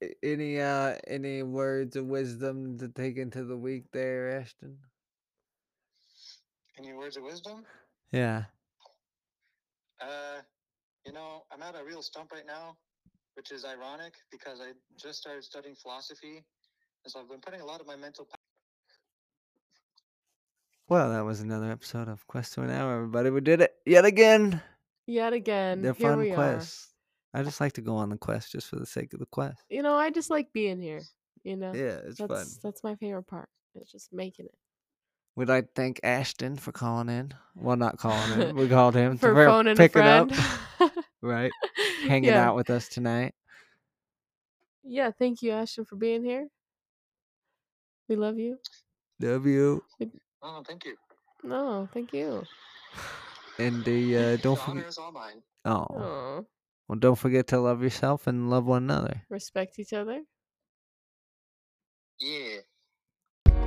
[SPEAKER 2] a- any uh any words of wisdom to take into the week there, Ashton?
[SPEAKER 1] Any words of wisdom?
[SPEAKER 2] Yeah.
[SPEAKER 1] Uh, you know, I'm at a real stump right now, which is ironic because I just started studying philosophy, and so I've been putting a lot of my mental. pa-
[SPEAKER 2] Well, that was another episode of Quest to an Hour, everybody. We did it yet again.
[SPEAKER 3] Yet again,
[SPEAKER 2] They're
[SPEAKER 3] here
[SPEAKER 2] fun
[SPEAKER 3] we
[SPEAKER 2] quests. I just like to go on the quest just for the sake of the quest.
[SPEAKER 3] are. You know, I just like being here. You know,
[SPEAKER 2] Yeah, it's
[SPEAKER 3] that's
[SPEAKER 2] fun.
[SPEAKER 3] that's my favorite part. It's just making it.
[SPEAKER 2] We'd like to thank Ashton for calling in. Well, not calling in. We called him
[SPEAKER 3] For
[SPEAKER 2] we're
[SPEAKER 3] phoning a
[SPEAKER 2] picking
[SPEAKER 3] friend.
[SPEAKER 2] up, right? Hanging
[SPEAKER 3] yeah.
[SPEAKER 2] out with us tonight.
[SPEAKER 3] Yeah, thank you, Ashton, for being here. We love you.
[SPEAKER 2] W
[SPEAKER 1] Oh, thank you.
[SPEAKER 3] No, thank you.
[SPEAKER 2] and the uh, don't
[SPEAKER 1] the honor
[SPEAKER 2] forget.
[SPEAKER 1] is all mine.
[SPEAKER 2] Oh,
[SPEAKER 3] Oh,
[SPEAKER 2] well, don't forget to love yourself and love one another.
[SPEAKER 3] respect each other.
[SPEAKER 1] Yeah.